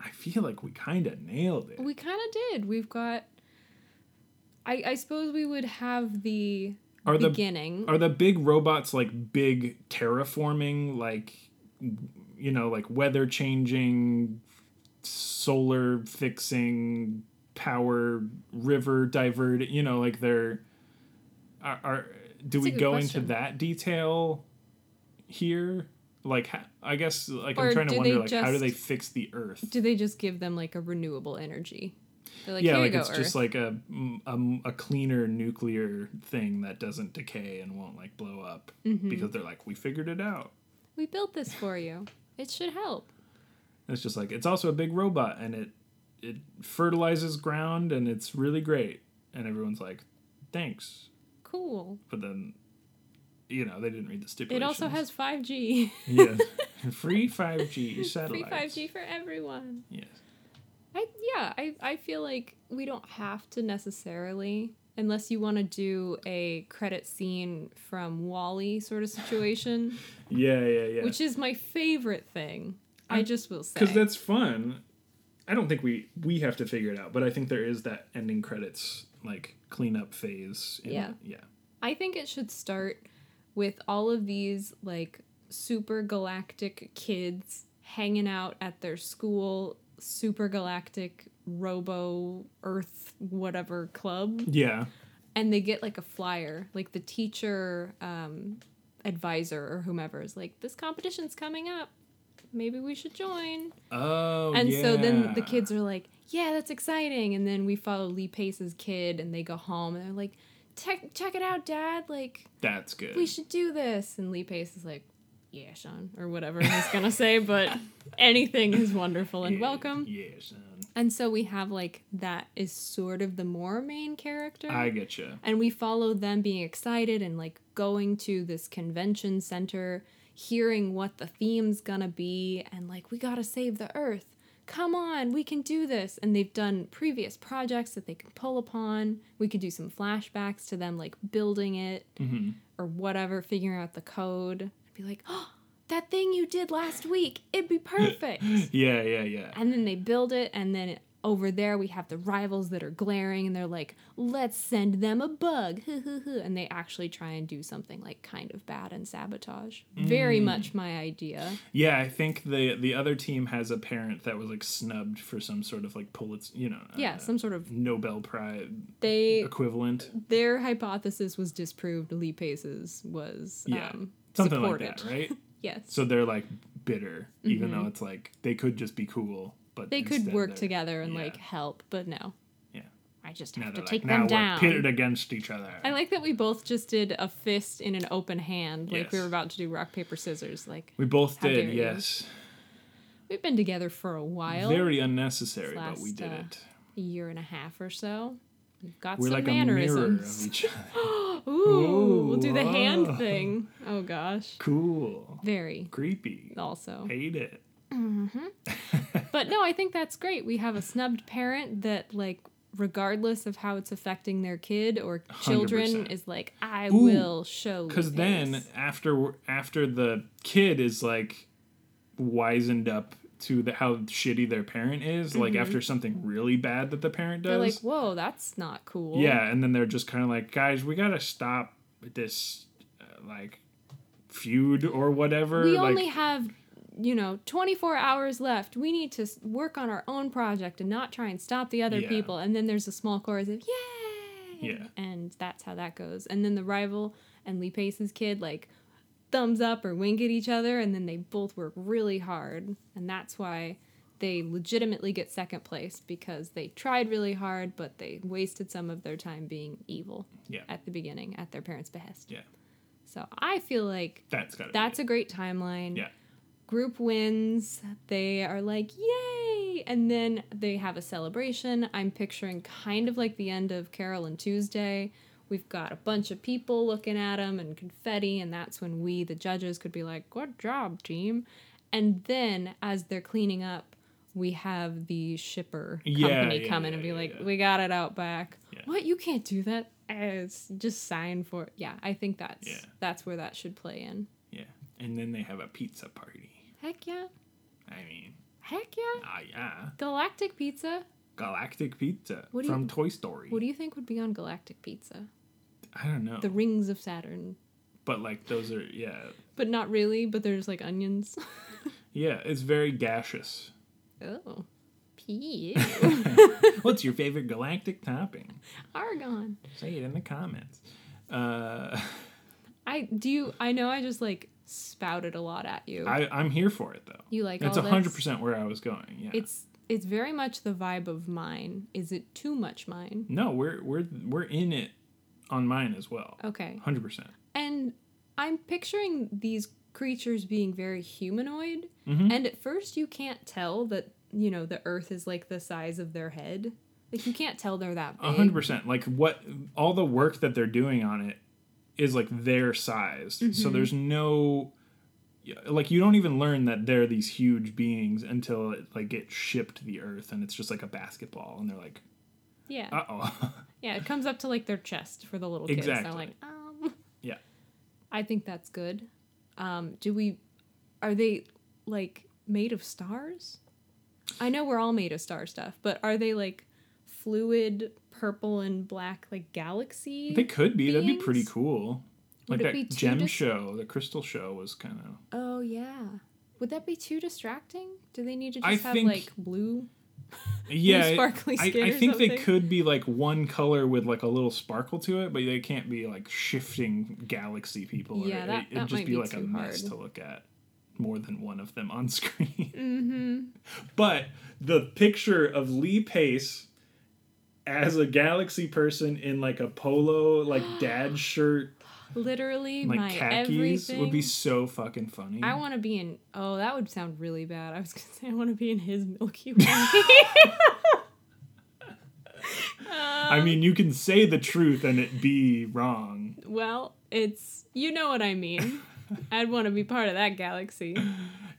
Speaker 2: I feel like we kind of nailed it.
Speaker 1: We kind of did. We've got. I, I suppose we would have the
Speaker 2: Are the
Speaker 1: beginning.
Speaker 2: are the big robots like big terraforming like you know like weather changing solar fixing power river divert you know like they're are, are
Speaker 1: That's
Speaker 2: do
Speaker 1: a
Speaker 2: we
Speaker 1: good
Speaker 2: go
Speaker 1: question.
Speaker 2: into that detail here like ho- i guess like
Speaker 1: Or
Speaker 2: i'm trying to
Speaker 1: do
Speaker 2: wonder
Speaker 1: they
Speaker 2: like how do
Speaker 1: just-
Speaker 2: they fix the earth
Speaker 1: do they just give them like a renewable energy? They're like,
Speaker 2: yeah
Speaker 1: here
Speaker 2: like
Speaker 1: you go,
Speaker 2: it's
Speaker 1: Earth.
Speaker 2: just like a, a a cleaner nuclear thing that doesn't decay and won't like blow up
Speaker 1: Mm-hmm.
Speaker 2: because they're like we figured it out
Speaker 1: we built this for you. It should help.
Speaker 2: It's just like it's also a big robot and it it fertilizes ground and it's really great. And everyone's like, thanks.
Speaker 1: Cool.
Speaker 2: But then you know, they didn't read the
Speaker 1: It
Speaker 2: stipulations.
Speaker 1: also has 5G.
Speaker 2: yeah. free five G
Speaker 1: Free
Speaker 2: satellites.
Speaker 1: 5G for everyone.
Speaker 2: Yes.
Speaker 1: I yeah, I, I feel like we don't have to necessarily unless you want to do a credit scene from Wally sort of situation,
Speaker 2: Yeah, yeah, yeah.
Speaker 1: which is my favorite thing. I,
Speaker 2: I-
Speaker 1: just will say.
Speaker 2: Because that's fun. I don't think we we have to figure it out, but I think there is that ending credits like cleanup phase. in-
Speaker 1: Yeah.
Speaker 2: Yeah.
Speaker 1: I think it should start with all of these like super galactic kids hanging out at their school super galactic robo earth whatever club
Speaker 2: Yeah.
Speaker 1: and they get like a flyer like the teacher um, advisor or whomever is like this competition's coming up maybe we should join
Speaker 2: Oh.
Speaker 1: and so then the
Speaker 2: yeah.
Speaker 1: kids are like yeah that's exciting and then we follow lee pace's kid and they go home and they're like check check it out dad like
Speaker 2: That's good.
Speaker 1: we should do this and lee pace is like yeah sean or whatever he's gonna say but anything is wonderful and
Speaker 2: Yeah,
Speaker 1: welcome
Speaker 2: Yeah, son.
Speaker 1: and so we have like that is sort of the more main character
Speaker 2: I get you.
Speaker 1: and we follow them being excited and like going to this convention center hearing what the theme's gonna be and like we gotta save the earth come on we can do this and they've done previous projects that they can pull upon we could do some flashbacks to them like building it
Speaker 2: hmm
Speaker 1: or whatever figuring out the code and be like oh that thing you did last week it'd be perfect
Speaker 2: Yeah, yeah, yeah.
Speaker 1: and then they build it, and then over there we have the rivals that are glaring, and they're like, "Let's send them a bug," hoo, hoo, hoo," and they actually try and do something like kind of bad and sabotage. Very
Speaker 2: Mm.
Speaker 1: much my idea.
Speaker 2: Yeah, I think the the other team has a parent that was like snubbed for some sort of like Pulitzer, you know,
Speaker 1: Yeah,
Speaker 2: uh,
Speaker 1: some sort of
Speaker 2: Nobel Prize
Speaker 1: they
Speaker 2: equivalent,
Speaker 1: their hypothesis was disproved. Lee Pace's was
Speaker 2: Yeah,
Speaker 1: um,
Speaker 2: something
Speaker 1: supported.
Speaker 2: like that, right?
Speaker 1: Yes,
Speaker 2: so they're like bitter, even though it's like they could just be cool, but
Speaker 1: they could
Speaker 2: instead
Speaker 1: work
Speaker 2: they're-
Speaker 1: together and
Speaker 2: yeah.
Speaker 1: like help, but no.
Speaker 2: Yeah.
Speaker 1: I just
Speaker 2: Now
Speaker 1: have to
Speaker 2: they're like,
Speaker 1: take
Speaker 2: now
Speaker 1: them
Speaker 2: we're
Speaker 1: down.
Speaker 2: pitted against each other.
Speaker 1: I like that we both just did a fist in an open hand, like we
Speaker 2: Yes.
Speaker 1: were about to do rock paper scissors. Like
Speaker 2: we both
Speaker 1: How
Speaker 2: did,
Speaker 1: dare you.
Speaker 2: yes.
Speaker 1: We've been together for a while,
Speaker 2: Very unnecessary, but we
Speaker 1: last,
Speaker 2: did
Speaker 1: uh,
Speaker 2: it.
Speaker 1: a year and a half or so. We've got
Speaker 2: We're
Speaker 1: some
Speaker 2: like a mirror of
Speaker 1: mannerisms.
Speaker 2: each other.
Speaker 1: Ooh, Ooh, we'll do the
Speaker 2: wow.
Speaker 1: hand thing. Oh gosh.
Speaker 2: Cool.
Speaker 1: Very Oh.
Speaker 2: Creepy.
Speaker 1: also.
Speaker 2: Hate it.
Speaker 1: But no, I think that's great. We have a snubbed parent that like regardless of how it's affecting their kid or children
Speaker 2: 100%.
Speaker 1: is like I
Speaker 2: Ooh,
Speaker 1: will show
Speaker 2: Because then
Speaker 1: Lucas."
Speaker 2: after after the kid is like wizened up to the, how shitty their parent is, like after something really bad that the parent
Speaker 1: Mm-hmm. they're like,
Speaker 2: does,
Speaker 1: "Whoa, that's not cool."
Speaker 2: yeah, and then they're just kind of like, guys, we gotta stop this uh, like feud or whatever.
Speaker 1: We
Speaker 2: like,
Speaker 1: only have you know 24 hours left we need to s- work on our own project and not try and stop the other
Speaker 2: Yeah.
Speaker 1: people and then there's a small chorus of yay
Speaker 2: Yeah.
Speaker 1: and that's how that goes and then the rival and lee pace's kid like thumbs up or wink at each other and then they both work really hard and that's why they legitimately get second place because they tried really hard but they wasted some of their time being evil
Speaker 2: yeah,
Speaker 1: at the beginning at their parents behest
Speaker 2: yeah,
Speaker 1: so i feel like
Speaker 2: that's gotta.
Speaker 1: that's
Speaker 2: be
Speaker 1: a great timeline.
Speaker 2: Yeah.
Speaker 1: Group wins. They are like, yay! And then they have a celebration. I'm picturing kind of like the end of Carol and Tuesday. We've got a bunch of people looking at them and confetti, and that's when we, the judges, could be like, good job, team. And then as they're cleaning up, we have the shipper
Speaker 2: Yeah,
Speaker 1: company
Speaker 2: yeah,
Speaker 1: come in
Speaker 2: yeah,
Speaker 1: and be
Speaker 2: yeah,
Speaker 1: like,
Speaker 2: yeah.
Speaker 1: we got it out back.
Speaker 2: Yeah.
Speaker 1: What? You can't do that. Eh, It's just sign for it. Yeah, I think that's
Speaker 2: Yeah.
Speaker 1: that's where that should play in.
Speaker 2: it. yeah, and then they have a pizza party.
Speaker 1: Heck yeah.
Speaker 2: I mean,
Speaker 1: Heck yeah.
Speaker 2: ah, yeah,
Speaker 1: Galactic Pizza.
Speaker 2: galactic pizza
Speaker 1: What do you-
Speaker 2: from Toy Story.
Speaker 1: What do you think would be on Galactic Pizza?
Speaker 2: I don't know,
Speaker 1: The rings of Saturn.
Speaker 2: but like those are yeah.
Speaker 1: But not really, but there's like onions.
Speaker 2: Yeah, it's very gaseous.
Speaker 1: oh. Pee.
Speaker 2: What's your favorite galactic topping?
Speaker 1: Argon.
Speaker 2: Say it in the comments. Uh,
Speaker 1: I do you I know I just like spouted a lot at you.
Speaker 2: I, I'm here for it though.
Speaker 1: you like
Speaker 2: It's
Speaker 1: all
Speaker 2: hundred
Speaker 1: this?
Speaker 2: percent where I was going. Yeah.
Speaker 1: It's it's very much the vibe of mine. Is it too much mine?
Speaker 2: no, we're we're we're in it on mine as well.
Speaker 1: Okay.
Speaker 2: Hundred percent.
Speaker 1: And I'm picturing these creatures being very humanoid.
Speaker 2: Mhm.
Speaker 1: And at first, you can't tell that, you know, the earth is like the size of their head. Like, you can't tell they're that big.
Speaker 2: hundred percent. Like what all the work that they're doing on it is like their size.
Speaker 1: Mm-hmm.
Speaker 2: So there's no like you don't even learn that they're these huge beings until it like gets shipped to the earth and it's just like a basketball and they're like,
Speaker 1: Yeah.
Speaker 2: uh oh.
Speaker 1: yeah. It comes up to like their chest for the little kids. And I'm
Speaker 2: Exactly.
Speaker 1: like, um.
Speaker 2: Yeah.
Speaker 1: I think that's good. Um, do we. Are they like made of stars? I know we're all made of star stuff, but are they like fluid, purple, and black, like galaxy?
Speaker 2: They could be. That'd be pretty
Speaker 1: beings?
Speaker 2: cool. Like
Speaker 1: Would it
Speaker 2: that
Speaker 1: be too
Speaker 2: gem
Speaker 1: dis-
Speaker 2: show, the crystal show was kind of.
Speaker 1: Oh yeah. Would that be too distracting? Do they need to just
Speaker 2: I
Speaker 1: have
Speaker 2: think-
Speaker 1: like blue?
Speaker 2: Yeah, I-
Speaker 1: sparkly
Speaker 2: I,
Speaker 1: skin
Speaker 2: I
Speaker 1: or
Speaker 2: think they
Speaker 1: something.
Speaker 2: could be like one color with like a little sparkle to it, but they can't be like shifting galaxy people. or
Speaker 1: Yeah, that-
Speaker 2: it,
Speaker 1: that
Speaker 2: would just
Speaker 1: might
Speaker 2: be,
Speaker 1: be
Speaker 2: like a
Speaker 1: too
Speaker 2: mess
Speaker 1: hard.
Speaker 2: to look at. More than one of them on screen,
Speaker 1: Mm-hmm.
Speaker 2: but the picture of Lee Pace as a galaxy person in like a polo, like dad shirt,
Speaker 1: Literally
Speaker 2: like
Speaker 1: my
Speaker 2: khakis
Speaker 1: everything.
Speaker 2: would be so fucking funny.
Speaker 1: I want to be in. Oh, that would sound really bad. I was gonna say I want to be in his Milky Way.
Speaker 2: I mean, you can say the truth and it be wrong.
Speaker 1: well, it's you know what I mean. I'd want to be part of that galaxy.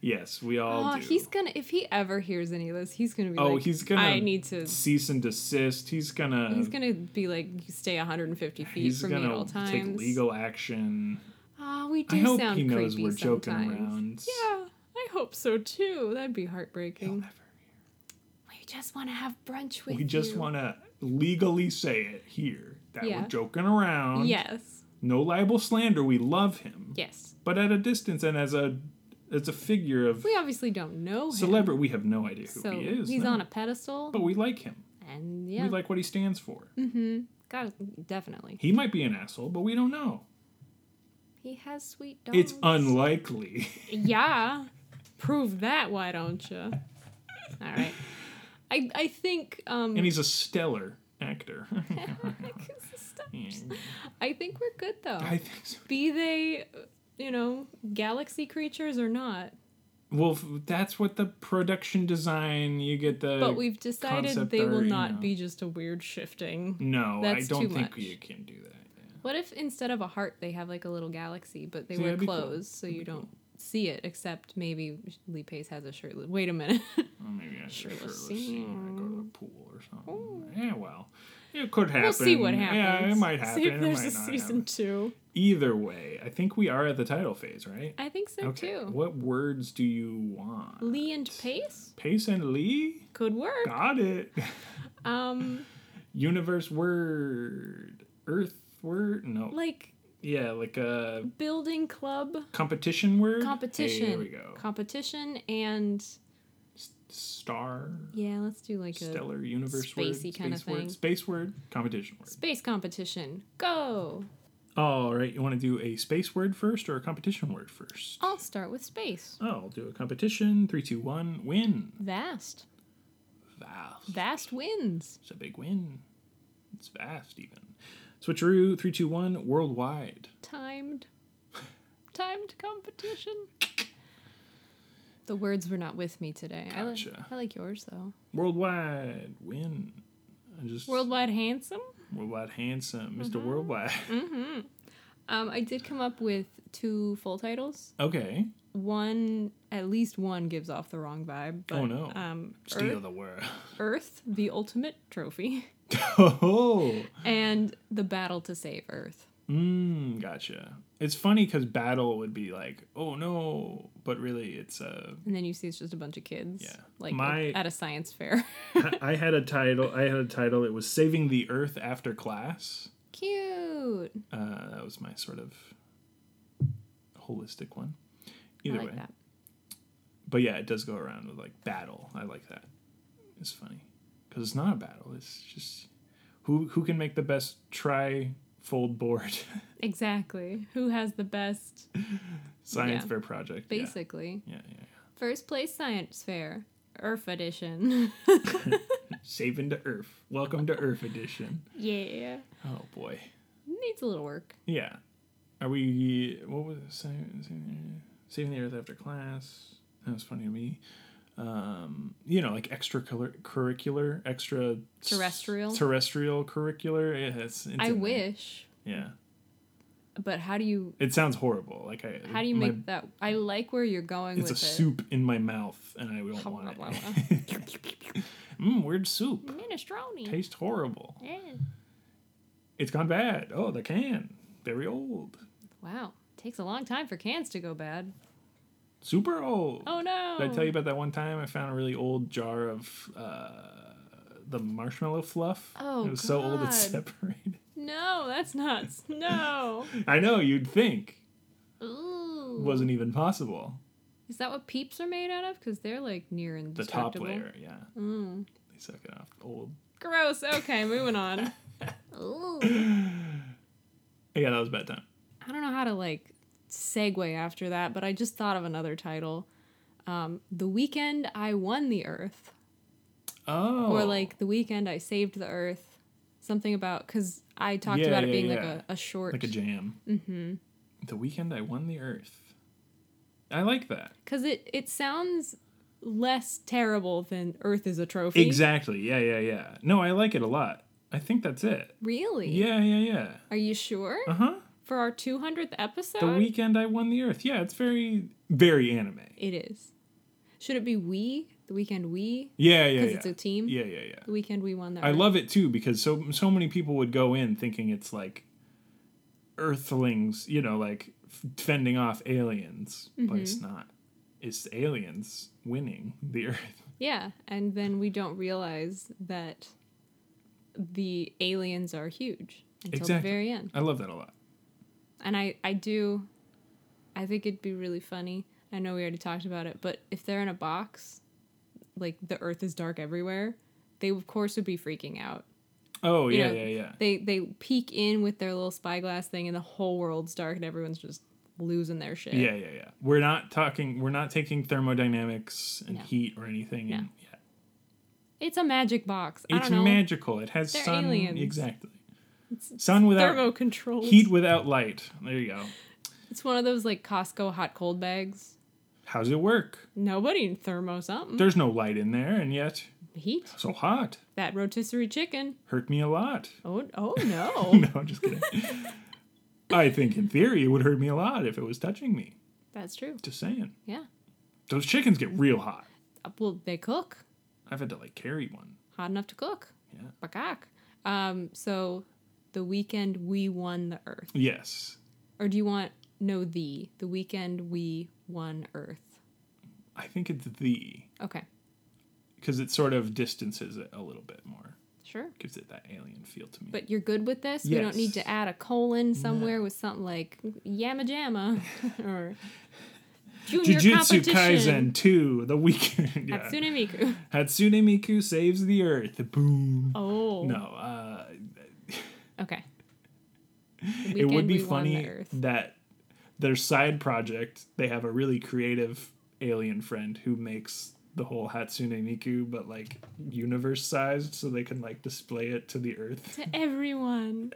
Speaker 2: Yes, we all
Speaker 1: Oh,
Speaker 2: do.
Speaker 1: he's gonna. If he ever hears any of this, he's gonna be.
Speaker 2: Oh,
Speaker 1: like,
Speaker 2: he's gonna
Speaker 1: I need to.
Speaker 2: cease and desist. He's gonna.
Speaker 1: He's gonna be like stay 150 feet
Speaker 2: he's
Speaker 1: from me at all
Speaker 2: gonna
Speaker 1: times.
Speaker 2: take legal action.
Speaker 1: Oh, we do
Speaker 2: I hope
Speaker 1: sound
Speaker 2: he knows
Speaker 1: creepy
Speaker 2: we're joking
Speaker 1: sometimes.
Speaker 2: around.
Speaker 1: Yeah, I hope so too. That'd be
Speaker 2: He'll
Speaker 1: heartbreaking.
Speaker 2: never
Speaker 1: We just want to have brunch
Speaker 2: hear.
Speaker 1: with
Speaker 2: We just
Speaker 1: you.
Speaker 2: want to legally say it here that
Speaker 1: Yeah.
Speaker 2: we're joking around.
Speaker 1: Yes.
Speaker 2: No libel slander. We love him,
Speaker 1: Yes.
Speaker 2: but at a distance and as a as a figure of
Speaker 1: We obviously don't know him.
Speaker 2: celebrity, we have no idea who
Speaker 1: so
Speaker 2: he is.
Speaker 1: he's
Speaker 2: no.
Speaker 1: on a pedestal.
Speaker 2: But we like him.
Speaker 1: and yeah.
Speaker 2: We like what he stands for.
Speaker 1: mm-hmm. God, definitely.
Speaker 2: He might be an asshole, but we don't know.
Speaker 1: He has sweet dogs.
Speaker 2: It's unlikely.
Speaker 1: Yeah. Prove that, why don't you? All right. I, I think um
Speaker 2: and he's a stellar actor.
Speaker 1: I think we're good though.
Speaker 2: I think so.
Speaker 1: Be they you know, galaxy creatures or not.
Speaker 2: Well, f- that's what the production design you get the
Speaker 1: But we've decided
Speaker 2: concept
Speaker 1: they will
Speaker 2: art, you
Speaker 1: not
Speaker 2: know.
Speaker 1: be just a weird shifting.
Speaker 2: No,
Speaker 1: that's
Speaker 2: I don't
Speaker 1: too
Speaker 2: think
Speaker 1: much.
Speaker 2: you can do that.
Speaker 1: What if instead of a heart, they have like a little galaxy, but they
Speaker 2: See,
Speaker 1: wear
Speaker 2: that'd be cool.
Speaker 1: clothes, so you don't see it, except maybe Lee Pace has a shirtless. Wait a minute.
Speaker 2: Or maybe I should
Speaker 1: Shirtless
Speaker 2: shirtless scene. I go to the pool or something. Yeah, well, it could happen.
Speaker 1: we'll see what happens.
Speaker 2: Yeah, it might happen.
Speaker 1: See if there's
Speaker 2: it
Speaker 1: a
Speaker 2: might not
Speaker 1: season
Speaker 2: happen.
Speaker 1: two.
Speaker 2: Either way, I think we are at the title phase, right?
Speaker 1: I think so too.
Speaker 2: What words do you want?
Speaker 1: Lee and Pace
Speaker 2: Pace and Lee?
Speaker 1: could work.
Speaker 2: Got it.
Speaker 1: Um,
Speaker 2: Universe word. Earth word? No.
Speaker 1: like
Speaker 2: yeah, like a
Speaker 1: building club
Speaker 2: competition word?
Speaker 1: competition.
Speaker 2: Hey, there we go.
Speaker 1: Competition and
Speaker 2: Star.
Speaker 1: yeah, let's do like a
Speaker 2: Stellar universe word.
Speaker 1: spacey kinda
Speaker 2: space word.
Speaker 1: thing.
Speaker 2: Space word. Competition word.
Speaker 1: space competition. Go.
Speaker 2: All right, you want to do a space word first or a competition word first?
Speaker 1: I'll start with space.
Speaker 2: Oh, I'll do a competition. Three, two, one, win.
Speaker 1: Vast.
Speaker 2: Vast.
Speaker 1: Vast wins.
Speaker 2: It's a big win. It's vast, even. Switcheroo. Three, two, one, worldwide.
Speaker 1: Timed. Timed competition. The words were not with me today. I, li-
Speaker 2: Gotcha.
Speaker 1: I like yours though.
Speaker 2: Worldwide, win. I just
Speaker 1: Worldwide handsome.
Speaker 2: worldwide handsome, mister
Speaker 1: Mm-hmm.
Speaker 2: Worldwide.
Speaker 1: Um, I did come up with two full titles.
Speaker 2: Okay,
Speaker 1: One, at least one, gives off the wrong vibe. But,
Speaker 2: Oh, no.
Speaker 1: Um,
Speaker 2: steal
Speaker 1: Earth,
Speaker 2: the world.
Speaker 1: Earth, the ultimate trophy,
Speaker 2: oh,
Speaker 1: and the battle to save Earth.
Speaker 2: mm, gotcha. It's funny because battle would be like, oh no, but really it's uh
Speaker 1: And then you see it's just a bunch of kids,
Speaker 2: Yeah.
Speaker 1: like
Speaker 2: My-
Speaker 1: at a science fair.
Speaker 2: I- I had a title. I had a title. It was "Saving the Earth After Class."
Speaker 1: Cute.
Speaker 2: Uh, that was my sort of holistic one.
Speaker 1: I
Speaker 2: Either
Speaker 1: like
Speaker 2: way,
Speaker 1: that.
Speaker 2: but yeah, it does go around with like battle. I like that. It's funny because it's not a battle. It's just who who can make the best tri-fold board
Speaker 1: Exactly. Who has the best?
Speaker 2: science
Speaker 1: Yeah.
Speaker 2: fair project. Yeah.
Speaker 1: Basically,
Speaker 2: Yeah, yeah, yeah.
Speaker 1: first place science fair, Earth edition.
Speaker 2: Saving to Earth. Welcome to Earth edition.
Speaker 1: yeah.
Speaker 2: Oh boy.
Speaker 1: Needs a little work.
Speaker 2: Yeah. Are we? What was it? Saving, saving, the- saving the Earth after class? That was funny to me. Um, you know, like extracurricular, extra
Speaker 1: Terrestrial?
Speaker 2: terrestrial curricular. Yeah, it's, it's
Speaker 1: I
Speaker 2: in there.
Speaker 1: wish,
Speaker 2: Yeah,
Speaker 1: but how do you
Speaker 2: it sounds horrible. Like I.
Speaker 1: How do you
Speaker 2: my-
Speaker 1: make that? I like where you're going
Speaker 2: It's a
Speaker 1: with it.
Speaker 2: soup in my mouth, and I don't want it. mm, weird soup.
Speaker 1: Minestrone.
Speaker 2: Tastes horrible.
Speaker 1: Yeah.
Speaker 2: It's gone bad. Oh, the can. Very old.
Speaker 1: Wow. Takes a long time for cans to go bad.
Speaker 2: Super old.
Speaker 1: Oh no.
Speaker 2: Did I tell you about that one time I found a really old jar of uh, the marshmallow fluff?
Speaker 1: Oh,
Speaker 2: it was so old
Speaker 1: God.
Speaker 2: it's separated.
Speaker 1: No, that's nuts. No.
Speaker 2: I know you'd think
Speaker 1: Ooh.
Speaker 2: it wasn't even possible.
Speaker 1: Is that what peeps are made out of? Because they're like near
Speaker 2: The top
Speaker 1: indestructible.
Speaker 2: layer, yeah,
Speaker 1: Mm.
Speaker 2: they suck it off. Old.
Speaker 1: Gross. Okay, moving on. Ooh.
Speaker 2: Yeah, that was a bad time.
Speaker 1: I don't know how to like segue after that, but I just thought of another title. Um, the weekend I won the Earth.
Speaker 2: Oh,
Speaker 1: or like the weekend I saved the earth. Something about because I talked
Speaker 2: Yeah,
Speaker 1: about it
Speaker 2: yeah,
Speaker 1: being
Speaker 2: yeah.
Speaker 1: like a, a short
Speaker 2: like a jam.
Speaker 1: mm-hmm.
Speaker 2: The weekend I won the Earth. I like that.
Speaker 1: Because it it sounds less terrible than Earth is a trophy.
Speaker 2: Exactly. Yeah, yeah, yeah. No, I like it a lot. I think that's it.
Speaker 1: Really?
Speaker 2: Yeah, yeah, yeah.
Speaker 1: Are you sure
Speaker 2: Uh huh.
Speaker 1: for our two hundredth episode?
Speaker 2: The weekend I won the Earth. Yeah, it's very, very anime.
Speaker 1: It is. Should it be we? The weekend we?
Speaker 2: Yeah, yeah,
Speaker 1: Because
Speaker 2: yeah.
Speaker 1: it's a team.
Speaker 2: yeah, yeah, yeah.
Speaker 1: The weekend we won that.
Speaker 2: I love it too because so so many people would go in thinking it's like Earthlings, you know, like f- fending off aliens,
Speaker 1: Mm-hmm.
Speaker 2: but it's not. It's aliens winning the Earth.
Speaker 1: Yeah, and then we don't realize that the aliens are huge until
Speaker 2: Exactly.
Speaker 1: the very end.
Speaker 2: I love that a lot.
Speaker 1: and I I do I think it'd be really funny. I know we already talked about it, but if they're in a box, like the earth is dark everywhere, they of course would be freaking out.
Speaker 2: Oh
Speaker 1: You
Speaker 2: yeah,
Speaker 1: know,
Speaker 2: yeah, yeah.
Speaker 1: They they peek in with their little spyglass thing and the whole world's dark and everyone's just losing their shit.
Speaker 2: Yeah, yeah, yeah. We're not talking. We're not taking thermodynamics and
Speaker 1: No.
Speaker 2: heat or anything.
Speaker 1: No.
Speaker 2: And, yeah.
Speaker 1: It's a magic box. I
Speaker 2: It's
Speaker 1: don't know.
Speaker 2: magical. It has
Speaker 1: They're
Speaker 2: sun.
Speaker 1: aliens.
Speaker 2: Exactly. sun without
Speaker 1: Thermo controlled.
Speaker 2: heat, without light. There you go.
Speaker 1: It's one of those like Costco hot cold bags.
Speaker 2: How's it work?
Speaker 1: Nobody thermo something.
Speaker 2: There's no light in there, and yet
Speaker 1: heat.
Speaker 2: so hot.
Speaker 1: That rotisserie chicken.
Speaker 2: Hurt me a lot.
Speaker 1: Oh oh no.
Speaker 2: no, I'm just kidding. I think in theory it would hurt me a lot if it was touching me.
Speaker 1: That's true.
Speaker 2: Just saying.
Speaker 1: Yeah.
Speaker 2: Those chickens get real hot.
Speaker 1: Uh, Well, they cook
Speaker 2: I've had to like carry one.
Speaker 1: hot enough to cook.
Speaker 2: Yeah.
Speaker 1: Bakak. Um, so the weekend we won the earth.
Speaker 2: Yes.
Speaker 1: Or do you want no the? The weekend we won earth.
Speaker 2: I think it's the
Speaker 1: Okay.
Speaker 2: because it sort of distances it a little bit more.
Speaker 1: Sure.
Speaker 2: Gives it that alien feel to me.
Speaker 1: But you're good with this? You don't need
Speaker 2: Yes.
Speaker 1: to add a colon somewhere with something like Yamma Jamma or Junior
Speaker 2: Jujutsu
Speaker 1: Competition.
Speaker 2: Kaisen 2, the weekend. yeah.
Speaker 1: Hatsune Miku.
Speaker 2: Hatsune Miku saves the earth. Boom.
Speaker 1: Oh.
Speaker 2: No, uh,
Speaker 1: Okay. The
Speaker 2: it would
Speaker 1: weekend
Speaker 2: be
Speaker 1: we won the
Speaker 2: funny
Speaker 1: earth.
Speaker 2: that their side project, they have a really creative alien friend who makes the whole Hatsune Miku, but like universe sized, so they can like display it to the earth.
Speaker 1: To everyone.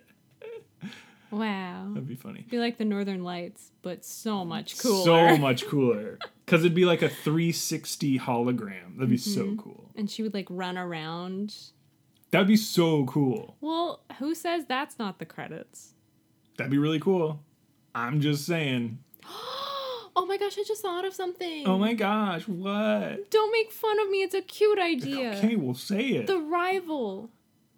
Speaker 1: Wow.
Speaker 2: That'd be funny.
Speaker 1: be like the Northern Lights, but so much cooler.
Speaker 2: So much cooler. Because it'd be like a 360 hologram. That'd be
Speaker 1: Mm-hmm.
Speaker 2: so cool.
Speaker 1: and she would like run around.
Speaker 2: That'd be so cool.
Speaker 1: Well, who says that's not the credits?
Speaker 2: That'd be really cool. I'm just saying.
Speaker 1: Oh my gosh, I just thought of something.
Speaker 2: Oh my gosh, what?
Speaker 1: Don't make fun of me. It's a cute idea.
Speaker 2: Okay, we'll say it.
Speaker 1: The rival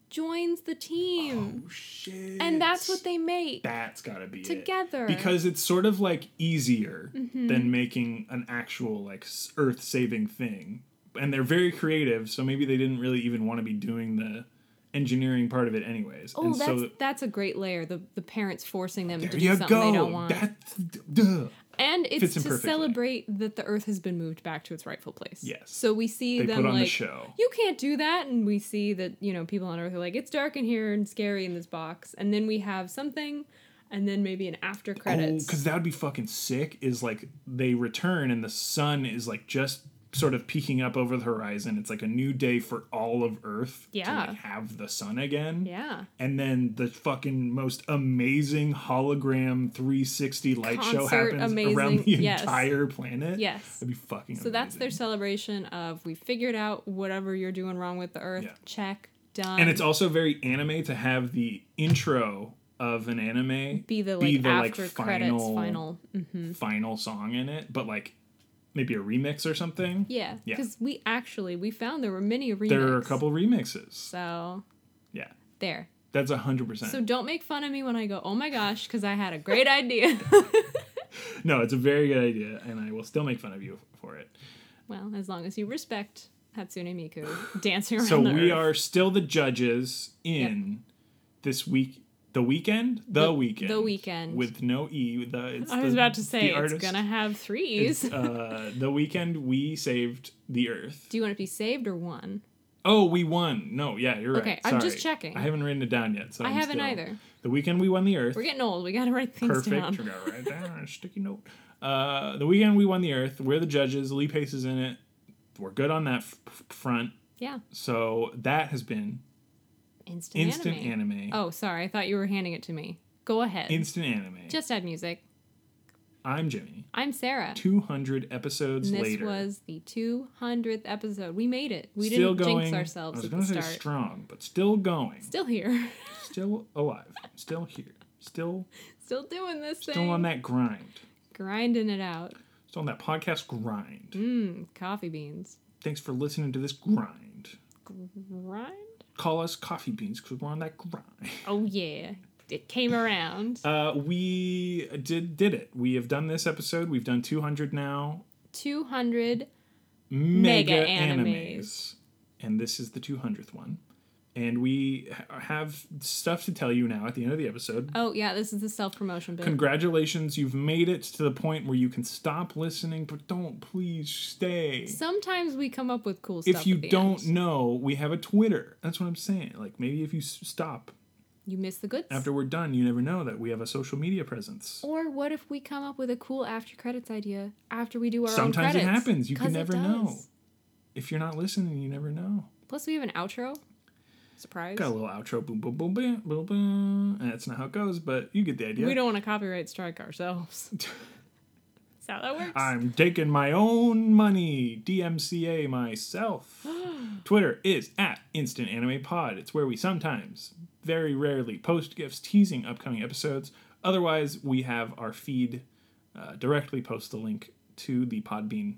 Speaker 1: joins the team,
Speaker 2: oh shit.
Speaker 1: and that's what they make
Speaker 2: That's gotta be it.
Speaker 1: together. Mm-hmm.
Speaker 2: Because it's sort of like easier than making an actual like earth saving thing. And they're very creative, so maybe they didn't really even want to be doing the engineering part of it anyways.
Speaker 1: oh,
Speaker 2: and
Speaker 1: that's
Speaker 2: so
Speaker 1: that's a great layer. The the parents forcing them
Speaker 2: there
Speaker 1: to do
Speaker 2: you
Speaker 1: something they don't
Speaker 2: go.
Speaker 1: want,
Speaker 2: That's duh.
Speaker 1: and it's
Speaker 2: fits in
Speaker 1: to
Speaker 2: perfectly.
Speaker 1: celebrate that the Earth has been moved back to its rightful place.
Speaker 2: Yes.
Speaker 1: So we see
Speaker 2: They
Speaker 1: them
Speaker 2: put on
Speaker 1: like
Speaker 2: the show.
Speaker 1: you can't do that and we see that you know people on earth are like it's dark in here and scary in this box and then we have something and then maybe an after
Speaker 2: Oh,
Speaker 1: credits
Speaker 2: because that would be fucking sick. Is like they return and the sun is like just sort of peeking up over the horizon. It's like a new day for all of Earth. To
Speaker 1: Yeah.
Speaker 2: like have the sun again.
Speaker 1: yeah
Speaker 2: And then the fucking most amazing hologram 360 light show
Speaker 1: Concert,
Speaker 2: happens
Speaker 1: amazing,
Speaker 2: around the
Speaker 1: yes.
Speaker 2: entire planet.
Speaker 1: Yes.
Speaker 2: That'd be fucking
Speaker 1: so that's their
Speaker 2: amazing.
Speaker 1: celebration of we figured out whatever you're doing wrong with the earth
Speaker 2: Yeah.
Speaker 1: check done
Speaker 2: And it's also very anime to have the intro of an anime
Speaker 1: be the hmm. like
Speaker 2: be the, like,
Speaker 1: after credits
Speaker 2: final-
Speaker 1: final
Speaker 2: final song in it, but like maybe a remix or something.
Speaker 1: yeah
Speaker 2: Yeah.
Speaker 1: because we actually we found there were many remakes
Speaker 2: There are a couple remixes.
Speaker 1: so
Speaker 2: Yeah.
Speaker 1: there
Speaker 2: That's a hundred percent.
Speaker 1: so don't make fun of me when i go oh my gosh because i had a great idea
Speaker 2: No, it's a very good idea, and I will still make fun of you for it.
Speaker 1: Well, as long as you respect Hatsune Miku dancing around
Speaker 2: So
Speaker 1: the
Speaker 2: we
Speaker 1: earth.
Speaker 2: are still the judges in this week, the weekend, the,
Speaker 1: The-
Speaker 2: weekend,
Speaker 1: the weekend.
Speaker 2: with no e. The it's
Speaker 1: I was
Speaker 2: the-
Speaker 1: about to say
Speaker 2: the
Speaker 1: it's
Speaker 2: artist
Speaker 1: gonna have
Speaker 2: is,
Speaker 1: threes.
Speaker 2: uh, the weekend we saved the earth.
Speaker 1: Do you want to be saved or won?
Speaker 2: oh, we won. No, yeah, you're right.
Speaker 1: Okay, I'm just
Speaker 2: Sorry.
Speaker 1: checking.
Speaker 2: I haven't written it down yet, so
Speaker 1: I
Speaker 2: I'm
Speaker 1: haven't
Speaker 2: still-
Speaker 1: either.
Speaker 2: The weekend we won the earth.
Speaker 1: We're getting old. We gotta write things
Speaker 2: perfect.
Speaker 1: down.
Speaker 2: You got right there on a sticky note. Uh, the weekend we won the Earth. We're the judges. Lee Pace is in it. We're good on that f- f- front.
Speaker 1: Yeah,
Speaker 2: So that has been
Speaker 1: instant,
Speaker 2: instant
Speaker 1: anime.
Speaker 2: anime.
Speaker 1: Oh, sorry. I thought you were handing it to me. Go ahead.
Speaker 2: Instant anime.
Speaker 1: Just add music.
Speaker 2: I'm Jimmy.
Speaker 1: I'm Sarah.
Speaker 2: Two hundred episodes
Speaker 1: And this
Speaker 2: later.
Speaker 1: was the 200th episode. We made it. We
Speaker 2: still
Speaker 1: didn't
Speaker 2: going.
Speaker 1: jinx
Speaker 2: I
Speaker 1: ourselves
Speaker 2: was
Speaker 1: at
Speaker 2: gonna
Speaker 1: the
Speaker 2: say
Speaker 1: start.
Speaker 2: strong, but still going.
Speaker 1: Still here.
Speaker 2: Still alive. Still here. Still
Speaker 1: Still doing this thing.
Speaker 2: still on that grind.
Speaker 1: Grinding it out.
Speaker 2: Still on that podcast grind.
Speaker 1: Mmm, coffee beans.
Speaker 2: Thanks for listening to this grind.
Speaker 1: Grind?
Speaker 2: Call us coffee beans because we're on that grind.
Speaker 1: Oh yeah, it came around.
Speaker 2: Uh, we did did it. We have done this episode. We've done 200 now.
Speaker 1: Two hundred.
Speaker 2: Mega,
Speaker 1: Mega
Speaker 2: animes.
Speaker 1: animes.
Speaker 2: And this is the 200th one. And we ha- have stuff to tell you now at the end of the episode.
Speaker 1: Oh yeah, this is the self promotion bit.
Speaker 2: Congratulations, you've made it to the point where you can stop listening, but don't please stay.
Speaker 1: Sometimes we come up with cool stuff.
Speaker 2: If you
Speaker 1: at the
Speaker 2: don't
Speaker 1: end.
Speaker 2: know, we have a Twitter. That's what I'm saying. Like maybe if you s- stop
Speaker 1: you miss the goods.
Speaker 2: after we're done, you never know that we have a social media presence.
Speaker 1: or what if we come up with a cool after credits idea after we do our own
Speaker 2: Sometimes it
Speaker 1: credits?
Speaker 2: happens. You can
Speaker 1: 'Cause it
Speaker 2: never
Speaker 1: does.
Speaker 2: know. If you're not listening, you never know.
Speaker 1: Plus, we have an outro. Surprise!
Speaker 2: Got a little outro, boom, boom, boom, boom, boom, boom. And That's not how it goes, but you get the idea.
Speaker 1: We don't want to copyright strike ourselves. That's how that works.
Speaker 2: I'm taking my own money, DMCA myself. Twitter is at Instant Anime Pod. It's where we sometimes, very rarely, post gifs teasing upcoming episodes Otherwise, we have our feed uh, directly post the link to the Podbean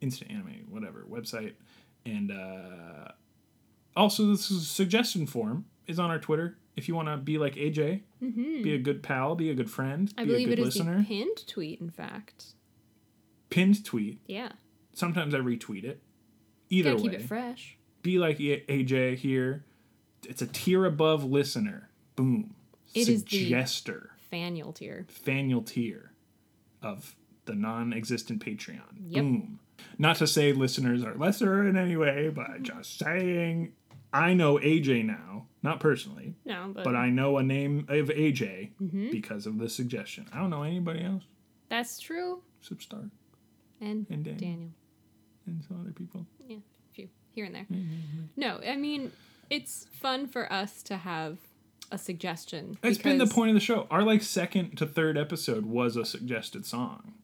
Speaker 2: instant anime, whatever, website. And uh, also, the su- suggestion form is on our Twitter. If you want to be like AJ, be a good pal, be a good friend,
Speaker 1: Mm-hmm. I
Speaker 2: be
Speaker 1: believe
Speaker 2: a
Speaker 1: it
Speaker 2: good
Speaker 1: is
Speaker 2: listener,
Speaker 1: the pinned tweet, in fact.
Speaker 2: pinned tweet.
Speaker 1: Yeah.
Speaker 2: Sometimes I retweet it.
Speaker 1: You
Speaker 2: Either
Speaker 1: gotta keep
Speaker 2: way,
Speaker 1: it fresh.
Speaker 2: be like A- AJ here. It's a tier above listener. Boom.
Speaker 1: It is the-
Speaker 2: Suggester.
Speaker 1: Faniel tier.
Speaker 2: Faniel tier of the non-existent Patreon.
Speaker 1: Yep.
Speaker 2: Boom. Not to say listeners are lesser in any way,
Speaker 1: Mm-hmm.
Speaker 2: but just saying I know AJ now, not personally,
Speaker 1: No, but, Mm-hmm.
Speaker 2: but I know a name of AJ because of the suggestion. I don't know anybody else
Speaker 1: that's true.
Speaker 2: except Stark
Speaker 1: And,
Speaker 2: and Dan
Speaker 1: Daniel.
Speaker 2: and some other people.
Speaker 1: Yeah, a few here and there.
Speaker 2: Mm-hmm,
Speaker 1: No, I mean, it's fun for us to have a suggestion.
Speaker 2: It's been the
Speaker 1: because-
Speaker 2: point of the show. Our like second to third episode was a suggested song,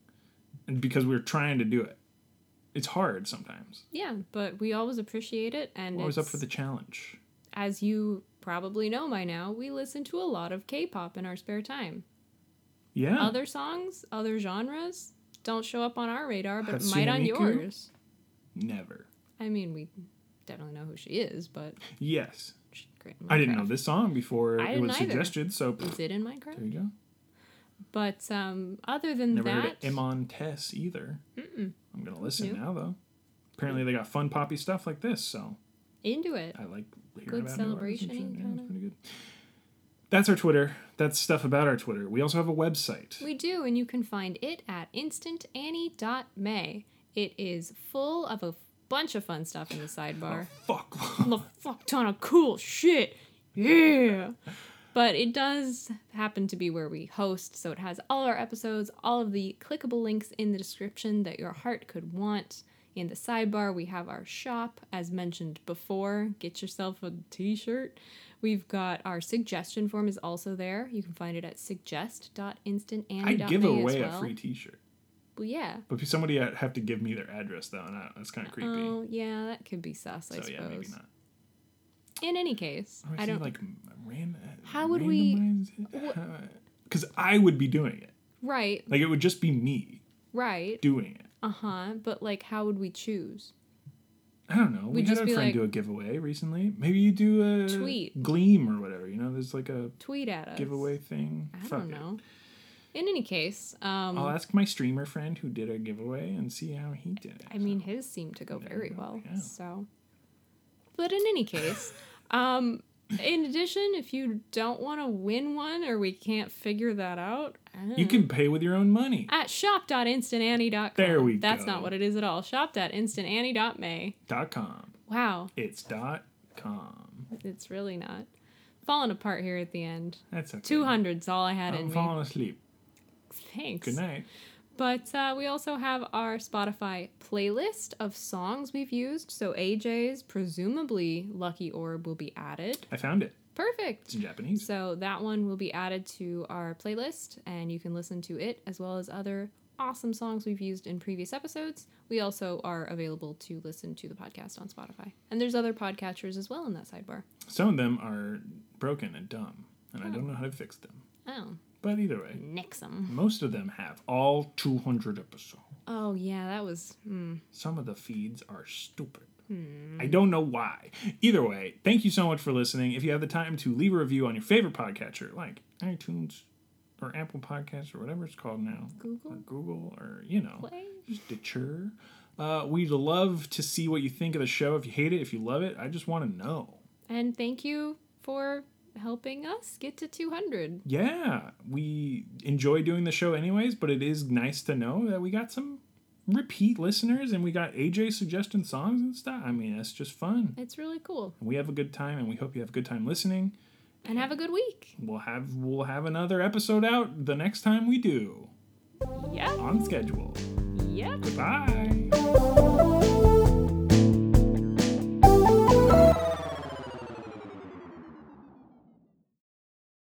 Speaker 2: and because we were trying to do it, it's hard sometimes.
Speaker 1: Yeah, but we always appreciate it. And
Speaker 2: Always up
Speaker 1: it's-
Speaker 2: for the challenge.
Speaker 1: as you probably know by now, we listen to a lot of K pop in our spare time.
Speaker 2: Yeah.
Speaker 1: Other songs, other genres don't show up on our radar, but
Speaker 2: Hatsune
Speaker 1: might on
Speaker 2: Miku?
Speaker 1: yours.
Speaker 2: Never.
Speaker 1: I mean, we definitely know who she is, but
Speaker 2: Yes.
Speaker 1: she's great. in
Speaker 2: I didn't know
Speaker 1: Minecraft.
Speaker 2: this song before
Speaker 1: I
Speaker 2: it was
Speaker 1: didn't either.
Speaker 2: suggested, so pff,
Speaker 1: Is it in Minecraft?
Speaker 2: there you go.
Speaker 1: But um, other than
Speaker 2: Never heard
Speaker 1: that,
Speaker 2: of Iman Tess either. I'm gonna listen
Speaker 1: Nope.
Speaker 2: now though. Apparently they got fun poppy stuff like this, so
Speaker 1: into it.
Speaker 2: I like hearing
Speaker 1: Good
Speaker 2: about new artists and
Speaker 1: celebration
Speaker 2: shit. Yeah,
Speaker 1: kinda.
Speaker 2: it's pretty good. That's our Twitter. That's stuff about our Twitter. We also have a website.
Speaker 1: We do, and you can find it at instantannie.may. It is full of a bunch of fun stuff in the sidebar.
Speaker 2: Fuck.
Speaker 1: a fuck ton of cool shit. Yeah. But it does happen to be where we host, so it has all our episodes, all of the clickable links in the description that your heart could want. In the sidebar, we have our shop, as mentioned before. Get yourself a t shirt. We've got our suggestion form is also there. You can find it at suggest.instantannie.may
Speaker 2: I give away
Speaker 1: as well.
Speaker 2: a free T-shirt,
Speaker 1: Well, yeah.
Speaker 2: but somebody had- have to give me their address though, and I, that's kind of creepy.
Speaker 1: Oh, yeah, that could be sus, I
Speaker 2: so
Speaker 1: suppose.
Speaker 2: yeah, maybe Oh, not.
Speaker 1: In any case,
Speaker 2: Or is
Speaker 1: I
Speaker 2: he,
Speaker 1: don't.
Speaker 2: like m- ran.
Speaker 1: How would we-
Speaker 2: Because I would be doing it.
Speaker 1: right,
Speaker 2: Like it would just be me
Speaker 1: right.
Speaker 2: doing it.
Speaker 1: Uh huh. But like, how would we choose?
Speaker 2: I don't know. we
Speaker 1: We'd
Speaker 2: had
Speaker 1: just
Speaker 2: a
Speaker 1: be
Speaker 2: friend
Speaker 1: like-
Speaker 2: do a giveaway recently. Maybe you do a
Speaker 1: Tweet.
Speaker 2: Gleam or whatever. You know, there's like a
Speaker 1: Tweet at us.
Speaker 2: giveaway thing.
Speaker 1: I
Speaker 2: Fuck
Speaker 1: don't
Speaker 2: it.
Speaker 1: know. In any case, um,
Speaker 2: I'll ask my streamer friend who did a giveaway and see how he did it.
Speaker 1: I mean, his seemed to go very well.
Speaker 2: yeah.
Speaker 1: So, but in any case, um, in addition, if you don't want to win one or we can't figure that out, I don't
Speaker 2: you
Speaker 1: know.
Speaker 2: can pay with your own money.
Speaker 1: at shop.instantannie.com.
Speaker 2: There we
Speaker 1: That's
Speaker 2: go.
Speaker 1: not what it is at all. Shop.instantannie.may.
Speaker 2: Dot com.
Speaker 1: Wow,
Speaker 2: It's dot com.
Speaker 1: it's really not falling apart here at the end.
Speaker 2: That's okay.
Speaker 1: Two hundred's all I had
Speaker 2: I'm
Speaker 1: in me.
Speaker 2: falling asleep.
Speaker 1: Thanks.
Speaker 2: Good night.
Speaker 1: But uh, we also have our Spotify playlist of songs we've used. So AJ's presumably Lucky Orb will be added.
Speaker 2: I found it. It's
Speaker 1: Perfect.
Speaker 2: in Japanese.
Speaker 1: So that one will be added to our playlist, and you can listen to it as well as other awesome songs we've used in previous episodes. We also are available to listen to the podcast on Spotify. And there's other podcatchers as well in that sidebar.
Speaker 2: Some of them are broken and dumb, and I
Speaker 1: Hmm.
Speaker 2: don't know how to fix them.
Speaker 1: Oh,
Speaker 2: But either way,
Speaker 1: nix 'em.
Speaker 2: most of them have all 200 episodes.
Speaker 1: Oh, yeah, that was. Hmm.
Speaker 2: Some of the feeds are stupid. I don't know why. Either way, thank you so much for listening. If you have the time to leave a review on your favorite podcatcher, like iTunes or Apple Podcasts or whatever it's called now,
Speaker 1: Google?
Speaker 2: or Google or you know,
Speaker 1: Play?
Speaker 2: Stitcher. Uh, we'd love to see what you think of the show. If you hate it, if you love it, I just want to know.
Speaker 1: And thank you for helping us get to 200.
Speaker 2: yeah, we enjoy doing the show anyways, but it is nice to know that we got some repeat listeners and we got AJ suggesting songs and stuff. I mean, that's just fun.
Speaker 1: It's really cool.
Speaker 2: We have a good time and we hope you have a good time listening.
Speaker 1: And have a good week.
Speaker 2: We'll have we'll have another episode out the next time we do
Speaker 1: Yep.
Speaker 2: on schedule.
Speaker 1: Yep.
Speaker 2: Goodbye.